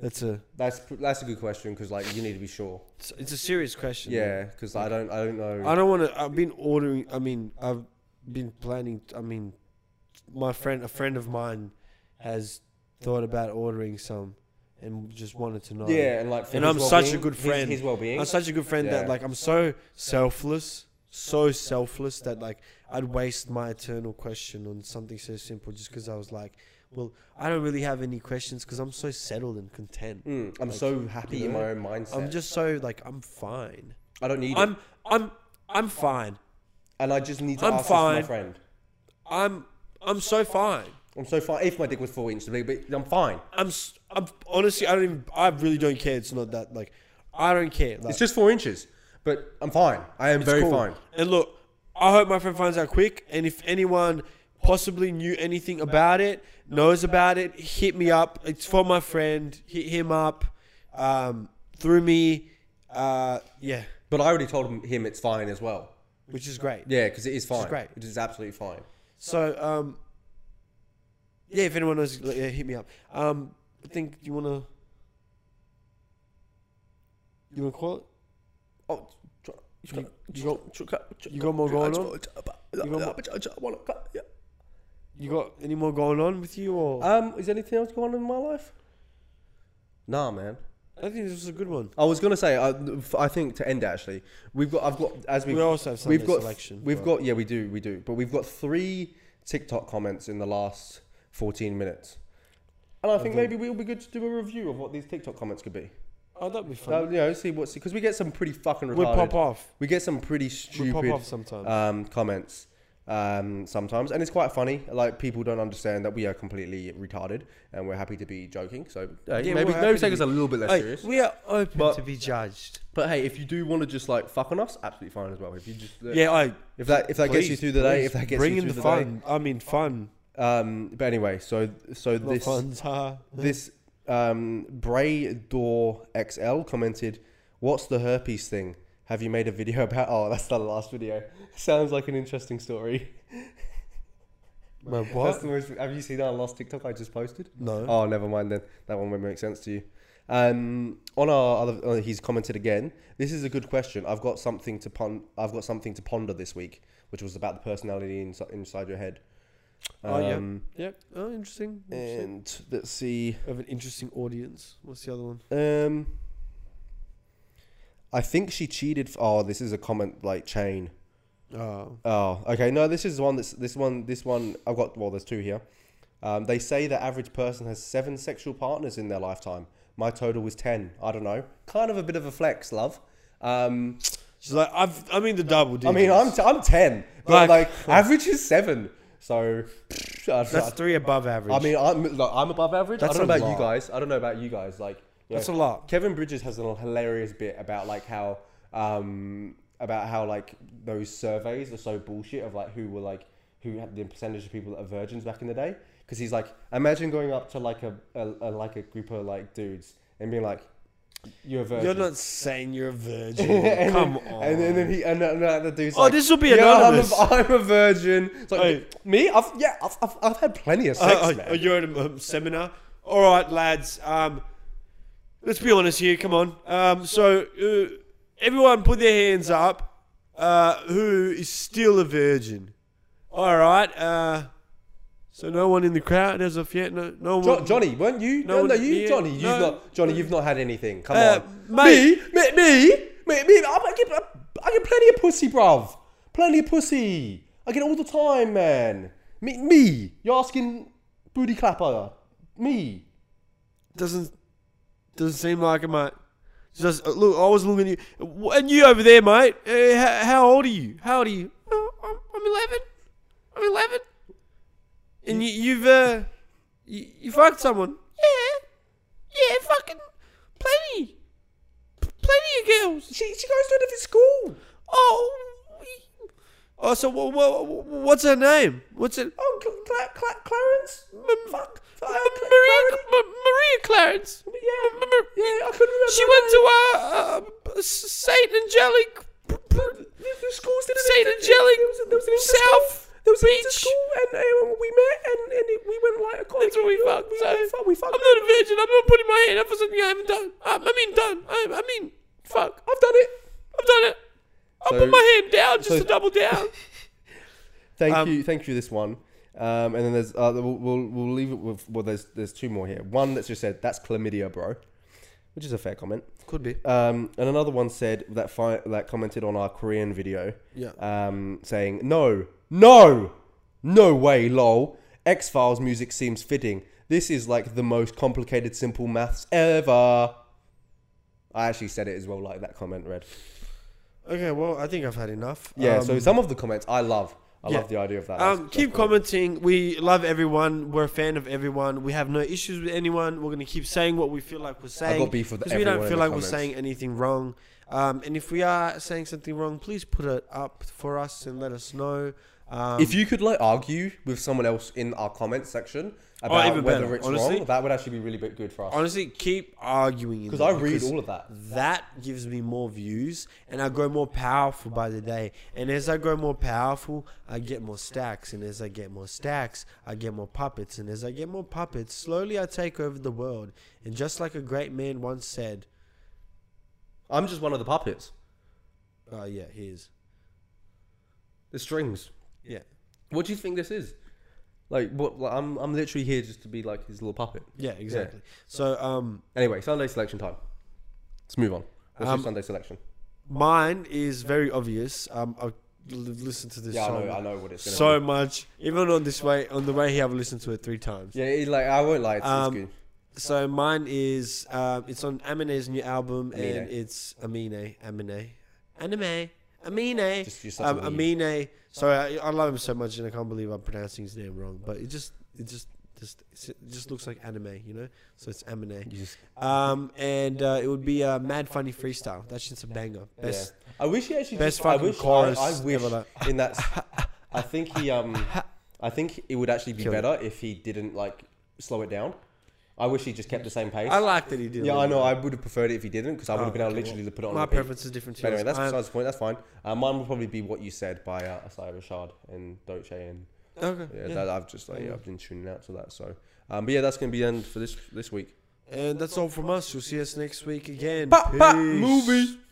Speaker 2: That's a
Speaker 3: That's pr- that's a good question because like you need to be sure.
Speaker 2: it's, it's a serious question.
Speaker 3: Yeah, because I don't I don't know.
Speaker 2: I don't want to. I've been ordering. I mean, I've been planning. I mean, my friend, a friend of mine, has thought about ordering some, and just wanted to know.
Speaker 3: yeah, and like for
Speaker 2: And
Speaker 3: his
Speaker 2: I'm such a
Speaker 3: well-being-
Speaker 2: good
Speaker 3: his-
Speaker 2: friend.
Speaker 3: His, well being.
Speaker 2: I'm such a good friend
Speaker 3: Yeah.
Speaker 2: that like I'm so selfless, so selfless that like I'd waste my eternal question on something so simple just because I was like, well, I don't really have any questions because I'm so settled and content.
Speaker 3: Mm, I'm so happy
Speaker 2: you
Speaker 3: in
Speaker 2: know,
Speaker 3: my own mindset.
Speaker 2: I'm just so like I'm fine.
Speaker 3: I don't need it,
Speaker 2: I'm I'm I'm fine.
Speaker 3: and I just need to
Speaker 2: I'm
Speaker 3: ask this
Speaker 2: fine.
Speaker 3: to my friend.
Speaker 2: I'm I'm so fine.
Speaker 3: I'm so fine. If my dick was four inches big, but I'm fine.
Speaker 2: I'm, s- I'm honestly, I don't even, I really don't care. It's not that like, I don't care. Like,
Speaker 3: It's just four inches, but I'm fine. I am very
Speaker 2: Uh, cool.
Speaker 3: fine.
Speaker 2: And look, I hope my friend finds out quick. And if anyone possibly knew anything about it, knows about it, hit me up. It's for my friend. Hit him up um, through me. Uh, yeah,
Speaker 3: But I already told him, him it's fine as well.
Speaker 2: which is great.
Speaker 3: Yeah, because it is fine.
Speaker 2: great.
Speaker 3: It is absolutely fine.
Speaker 2: So, um, yeah, if anyone knows, like, yeah, hit me up. Um, I think you wanna, you wanna call it?
Speaker 3: Oh, tr-
Speaker 2: You, you got you got more going on? You got any more going on with you or?
Speaker 3: Um, is anything else going on in my life? Nah, man.
Speaker 2: I think this was a good one.
Speaker 3: I was gonna say, I, I think to end it, actually, we've got, I've got, as we,
Speaker 2: We also have Sunday
Speaker 3: we've got,
Speaker 2: selection.
Speaker 3: we've
Speaker 2: but-
Speaker 3: got, yeah, we do, we do, but we've got three TikTok comments in the last 14 minutes, and I think maybe we'll be good to do a review of what these TikTok comments could be.
Speaker 2: Oh, that'd be fun.
Speaker 3: Uh, you know, see what's because we get some pretty fucking retarded.
Speaker 2: we pop off.
Speaker 3: We get some pretty
Speaker 2: We pop
Speaker 3: stupid
Speaker 2: off sometimes.
Speaker 3: um, comments um, sometimes, and it's quite funny. Like people don't understand that we are completely retarded, and we're happy to be joking. So hey,
Speaker 2: Yeah,
Speaker 3: maybe
Speaker 2: we're
Speaker 3: maybe
Speaker 2: happy
Speaker 3: take
Speaker 2: to
Speaker 3: us a little bit less
Speaker 2: Hey,
Speaker 3: serious.
Speaker 2: we are open
Speaker 3: But-
Speaker 2: to be judged.
Speaker 3: But hey, if you do want to just like fuck on us, absolutely fine as well. If you just uh,
Speaker 2: Yeah, I.
Speaker 3: if that if that gets you
Speaker 2: please,
Speaker 3: through the day,
Speaker 2: please,
Speaker 3: if that gets
Speaker 2: bring
Speaker 3: you
Speaker 2: in
Speaker 3: through
Speaker 2: the
Speaker 3: the,
Speaker 2: fun. I mean, fun.
Speaker 3: day. Um, but anyway, so so
Speaker 2: Not
Speaker 3: this
Speaker 2: funds, huh?
Speaker 3: this um, Bray Door XL commented, "What's the herpes thing? Have you made a video about?" Oh, that's the last video. Sounds like an interesting story.
Speaker 2: My
Speaker 3: That's
Speaker 2: what?
Speaker 3: the most, have you seen our last TikTok I just posted?
Speaker 2: No.
Speaker 3: Oh, never mind then. That one won't make sense to you. Um, on our other, uh, he's commented again. This is a good question. I've got something to pon- I've got something to ponder this week, which was about the personality in, inside your head.
Speaker 2: Oh, yeah.
Speaker 3: Um,
Speaker 2: Yep. Oh, interesting. interesting.
Speaker 3: And let's see.
Speaker 2: We have an interesting audience. What's the other one?
Speaker 3: Um, I think she cheated. F- oh, this is a comment like chain.
Speaker 2: Oh.
Speaker 3: Oh, okay. No, this is one. That's this one. This one. I've got. Well, there's two here. Um, they say the average person has seven sexual partners in their lifetime. My total was ten. I don't know. Kind of a bit of a flex, love. Um,
Speaker 2: She's like, I've, I'm in the double
Speaker 3: I mean, I'm t- I'm ten, but
Speaker 2: Like-
Speaker 3: like, average is seven. So I,
Speaker 2: That's three above average.
Speaker 3: I mean, I'm look, I'm above average.
Speaker 2: That's
Speaker 3: I don't know
Speaker 2: a
Speaker 3: about you
Speaker 2: lot.
Speaker 3: guys. I don't know about you guys. Like you
Speaker 2: that's
Speaker 3: know,
Speaker 2: a lot.
Speaker 3: Kevin Bridges has a hilarious bit about like how um about how like those surveys are so bullshit of like who were like who had the percentage of people that are virgins back in the day because he's like imagine going up to like a, a, a like a group of like dudes and being like you're a virgin
Speaker 2: You're not saying you're a virgin.
Speaker 3: and
Speaker 2: Come
Speaker 3: then,
Speaker 2: on.
Speaker 3: and then, and then he and, and, and the dude's
Speaker 2: Oh,
Speaker 3: like,
Speaker 2: this will be
Speaker 3: "Yeah, I'm a-
Speaker 2: anonymous."
Speaker 3: I'm a, virgin it's like
Speaker 2: Hey.
Speaker 3: me I've yeah I've, I've, I've had plenty of
Speaker 2: Uh,
Speaker 3: sex
Speaker 2: uh,
Speaker 3: man
Speaker 2: uh, you're at a um, seminar. All right, lads. Um, let's be honest here. Come on. Um, so uh, everyone, put their hands up. Uh, who is still a virgin? All right. Uh, so no one in the crowd as of yet. No, no
Speaker 3: Jo-
Speaker 2: one.
Speaker 3: Johnny, weren't you? No,
Speaker 2: No,
Speaker 3: no, you,
Speaker 2: yeah,
Speaker 3: Johnny, you've
Speaker 2: no.
Speaker 3: not, Johnny, you've not had anything. Come
Speaker 2: Uh,
Speaker 3: on,
Speaker 2: mate.
Speaker 3: me, me, me, me, me. I, I get, I get plenty of pussy, bruv. Plenty of pussy. I get it all the time, man. Me, me. You're asking booty clapper. Me.
Speaker 2: doesn't doesn't seem like it, mate. Just uh, look, I was looking at you, and you over there, mate. Uh, how, how old are you? How old are you? Oh, I'm, I'm eleven. I'm eleven. And you, you've uh, you, you fucked someone? Yeah, yeah, fucking plenty, P- plenty of girls.
Speaker 3: She, she goes to a different school.
Speaker 2: Oh, we- oh. So wha wha what's her name? What's it?
Speaker 3: Oh, Cl- Cla- Cla- Clarence. M- fuck. Fuck.
Speaker 2: Maria, M- Maria Clarence.
Speaker 3: Yeah, yeah, I couldn't remember.
Speaker 2: She went to a, a, a Saint Angelic
Speaker 3: The- the schools didn't
Speaker 2: Saint
Speaker 3: exist.
Speaker 2: Angelic
Speaker 3: There was a- there was an
Speaker 2: South
Speaker 3: inter-school- there was an
Speaker 2: Beach.
Speaker 3: inter-school and um, we met and, and it, we went like a college.
Speaker 2: That's what we fucked.
Speaker 3: We,
Speaker 2: so
Speaker 3: we fucked. We fucked.
Speaker 2: I'm not a virgin. I'm not putting my hand up for something I haven't done. I, I mean, done. I, I mean, fuck. I've done it. I've done it. I'll
Speaker 3: So-
Speaker 2: put my hand down just
Speaker 3: so-
Speaker 2: to double down.
Speaker 3: Thank
Speaker 2: Um,
Speaker 3: you, thank you. This one, um, and then there's uh, we'll, we'll we'll leave it with well. There's there's two more here. One that's just said that's chlamydia, bro, which is a fair comment.
Speaker 2: Could be.
Speaker 3: Um, and another one said that fi- that commented on our Korean video.
Speaker 2: Yeah.
Speaker 3: Um, saying no, no, no way, lol. X Files music seems fitting. This is like the most complicated simple maths ever. I actually said it as well, like that comment read.
Speaker 2: Okay. Well, I think I've had enough.
Speaker 3: Yeah. so some of the comments I love. I
Speaker 2: Um, yeah.
Speaker 3: love the idea of that.
Speaker 2: Um,
Speaker 3: That's-
Speaker 2: keep
Speaker 3: that's cool.
Speaker 2: commenting. We love everyone. We're a fan of everyone. We have no issues with anyone. We're gonna keep saying what we feel like we're saying.
Speaker 3: beef with
Speaker 2: we
Speaker 3: everyone
Speaker 2: don't
Speaker 3: in
Speaker 2: feel
Speaker 3: the
Speaker 2: like
Speaker 3: comments.
Speaker 2: we're saying anything wrong. Um, and if we are saying something wrong, please put it up for us and let us know. Um,
Speaker 3: if you could like argue with someone else in our comment section about
Speaker 2: Oh, even
Speaker 3: whether
Speaker 2: better,
Speaker 3: it's
Speaker 2: honestly.
Speaker 3: wrong, that would actually be really bit good for us.
Speaker 2: honestly keep arguing, in
Speaker 3: Because
Speaker 2: there
Speaker 3: I read
Speaker 2: because
Speaker 3: all of that.
Speaker 2: that gives me more views, and I grow more powerful by the day. And as I grow more powerful, I get more stacks, and as I get more stacks, I get more puppets, and as I get more puppets, slowly I take over the world. And just like a great man once said,
Speaker 3: I'm just one of the puppets.
Speaker 2: Uh, yeah, he is.
Speaker 3: The strings.
Speaker 2: Yeah.
Speaker 3: What do you think this is? Like what? Like, I'm I'm literally here just to be like his little puppet.
Speaker 2: Yeah, exactly. So um,
Speaker 3: Anyway, Sunday selection time. Let's move on. What's
Speaker 2: Um,
Speaker 3: your Sunday selection?
Speaker 2: mine is very obvious. Um, I've l- listened to this
Speaker 3: Yeah, I
Speaker 2: song
Speaker 3: know, I know what it's gonna
Speaker 2: so
Speaker 3: be.
Speaker 2: much. Even on this way, on the way here, I've listened to it three times.
Speaker 3: Yeah, it, like I won't lie, it's,
Speaker 2: Um,
Speaker 3: it's good.
Speaker 2: So mine is um, it's on Amine's new album,
Speaker 3: Aminé.
Speaker 2: and it's Amine, Amine,
Speaker 4: Anime. Amine.
Speaker 3: Just, just
Speaker 2: um,
Speaker 3: um,
Speaker 2: Amine. Sorry, I, I love him so much, and I can't believe I'm pronouncing his name wrong. But it just, it just, just, it just looks like anime, you know. So it's Amine.
Speaker 3: You just,
Speaker 2: Um, and uh, it would be uh, Mad Funny Freestyle. That shit's a banger. Best,
Speaker 3: yeah. I wish he actually.
Speaker 2: best
Speaker 3: just, I
Speaker 2: fucking
Speaker 3: wish,
Speaker 2: chorus
Speaker 3: I, I wish
Speaker 2: ever, like-
Speaker 3: in that. s- I think he um. I think it would actually be
Speaker 2: Kill it.
Speaker 3: better if he didn't like slow it down. I wish he just kept the same pace.
Speaker 2: I like that he did. a
Speaker 3: yeah, I
Speaker 2: little
Speaker 3: know.
Speaker 2: bit.
Speaker 3: I would have preferred it if he didn't because I would have
Speaker 2: Oh,
Speaker 3: been able to
Speaker 2: okay,
Speaker 3: literally put it on.
Speaker 2: My
Speaker 3: repeat.
Speaker 2: preference is different. To
Speaker 3: But anyway,
Speaker 2: yours. Um,
Speaker 3: that's
Speaker 2: I-
Speaker 3: besides the point. That's fine. Uh, mine will probably be what you said by uh, Asai Rashad and Doche, and
Speaker 2: okay.
Speaker 3: yeah,
Speaker 2: yeah.
Speaker 3: That, I've just like yeah,
Speaker 2: Yeah.
Speaker 3: I've been tuning out to that. So, um, but yeah, that's gonna be the end for this this week.
Speaker 2: And that's all from us. You'll see us next week again.
Speaker 3: Ba- ba-
Speaker 2: Peace.
Speaker 3: movies.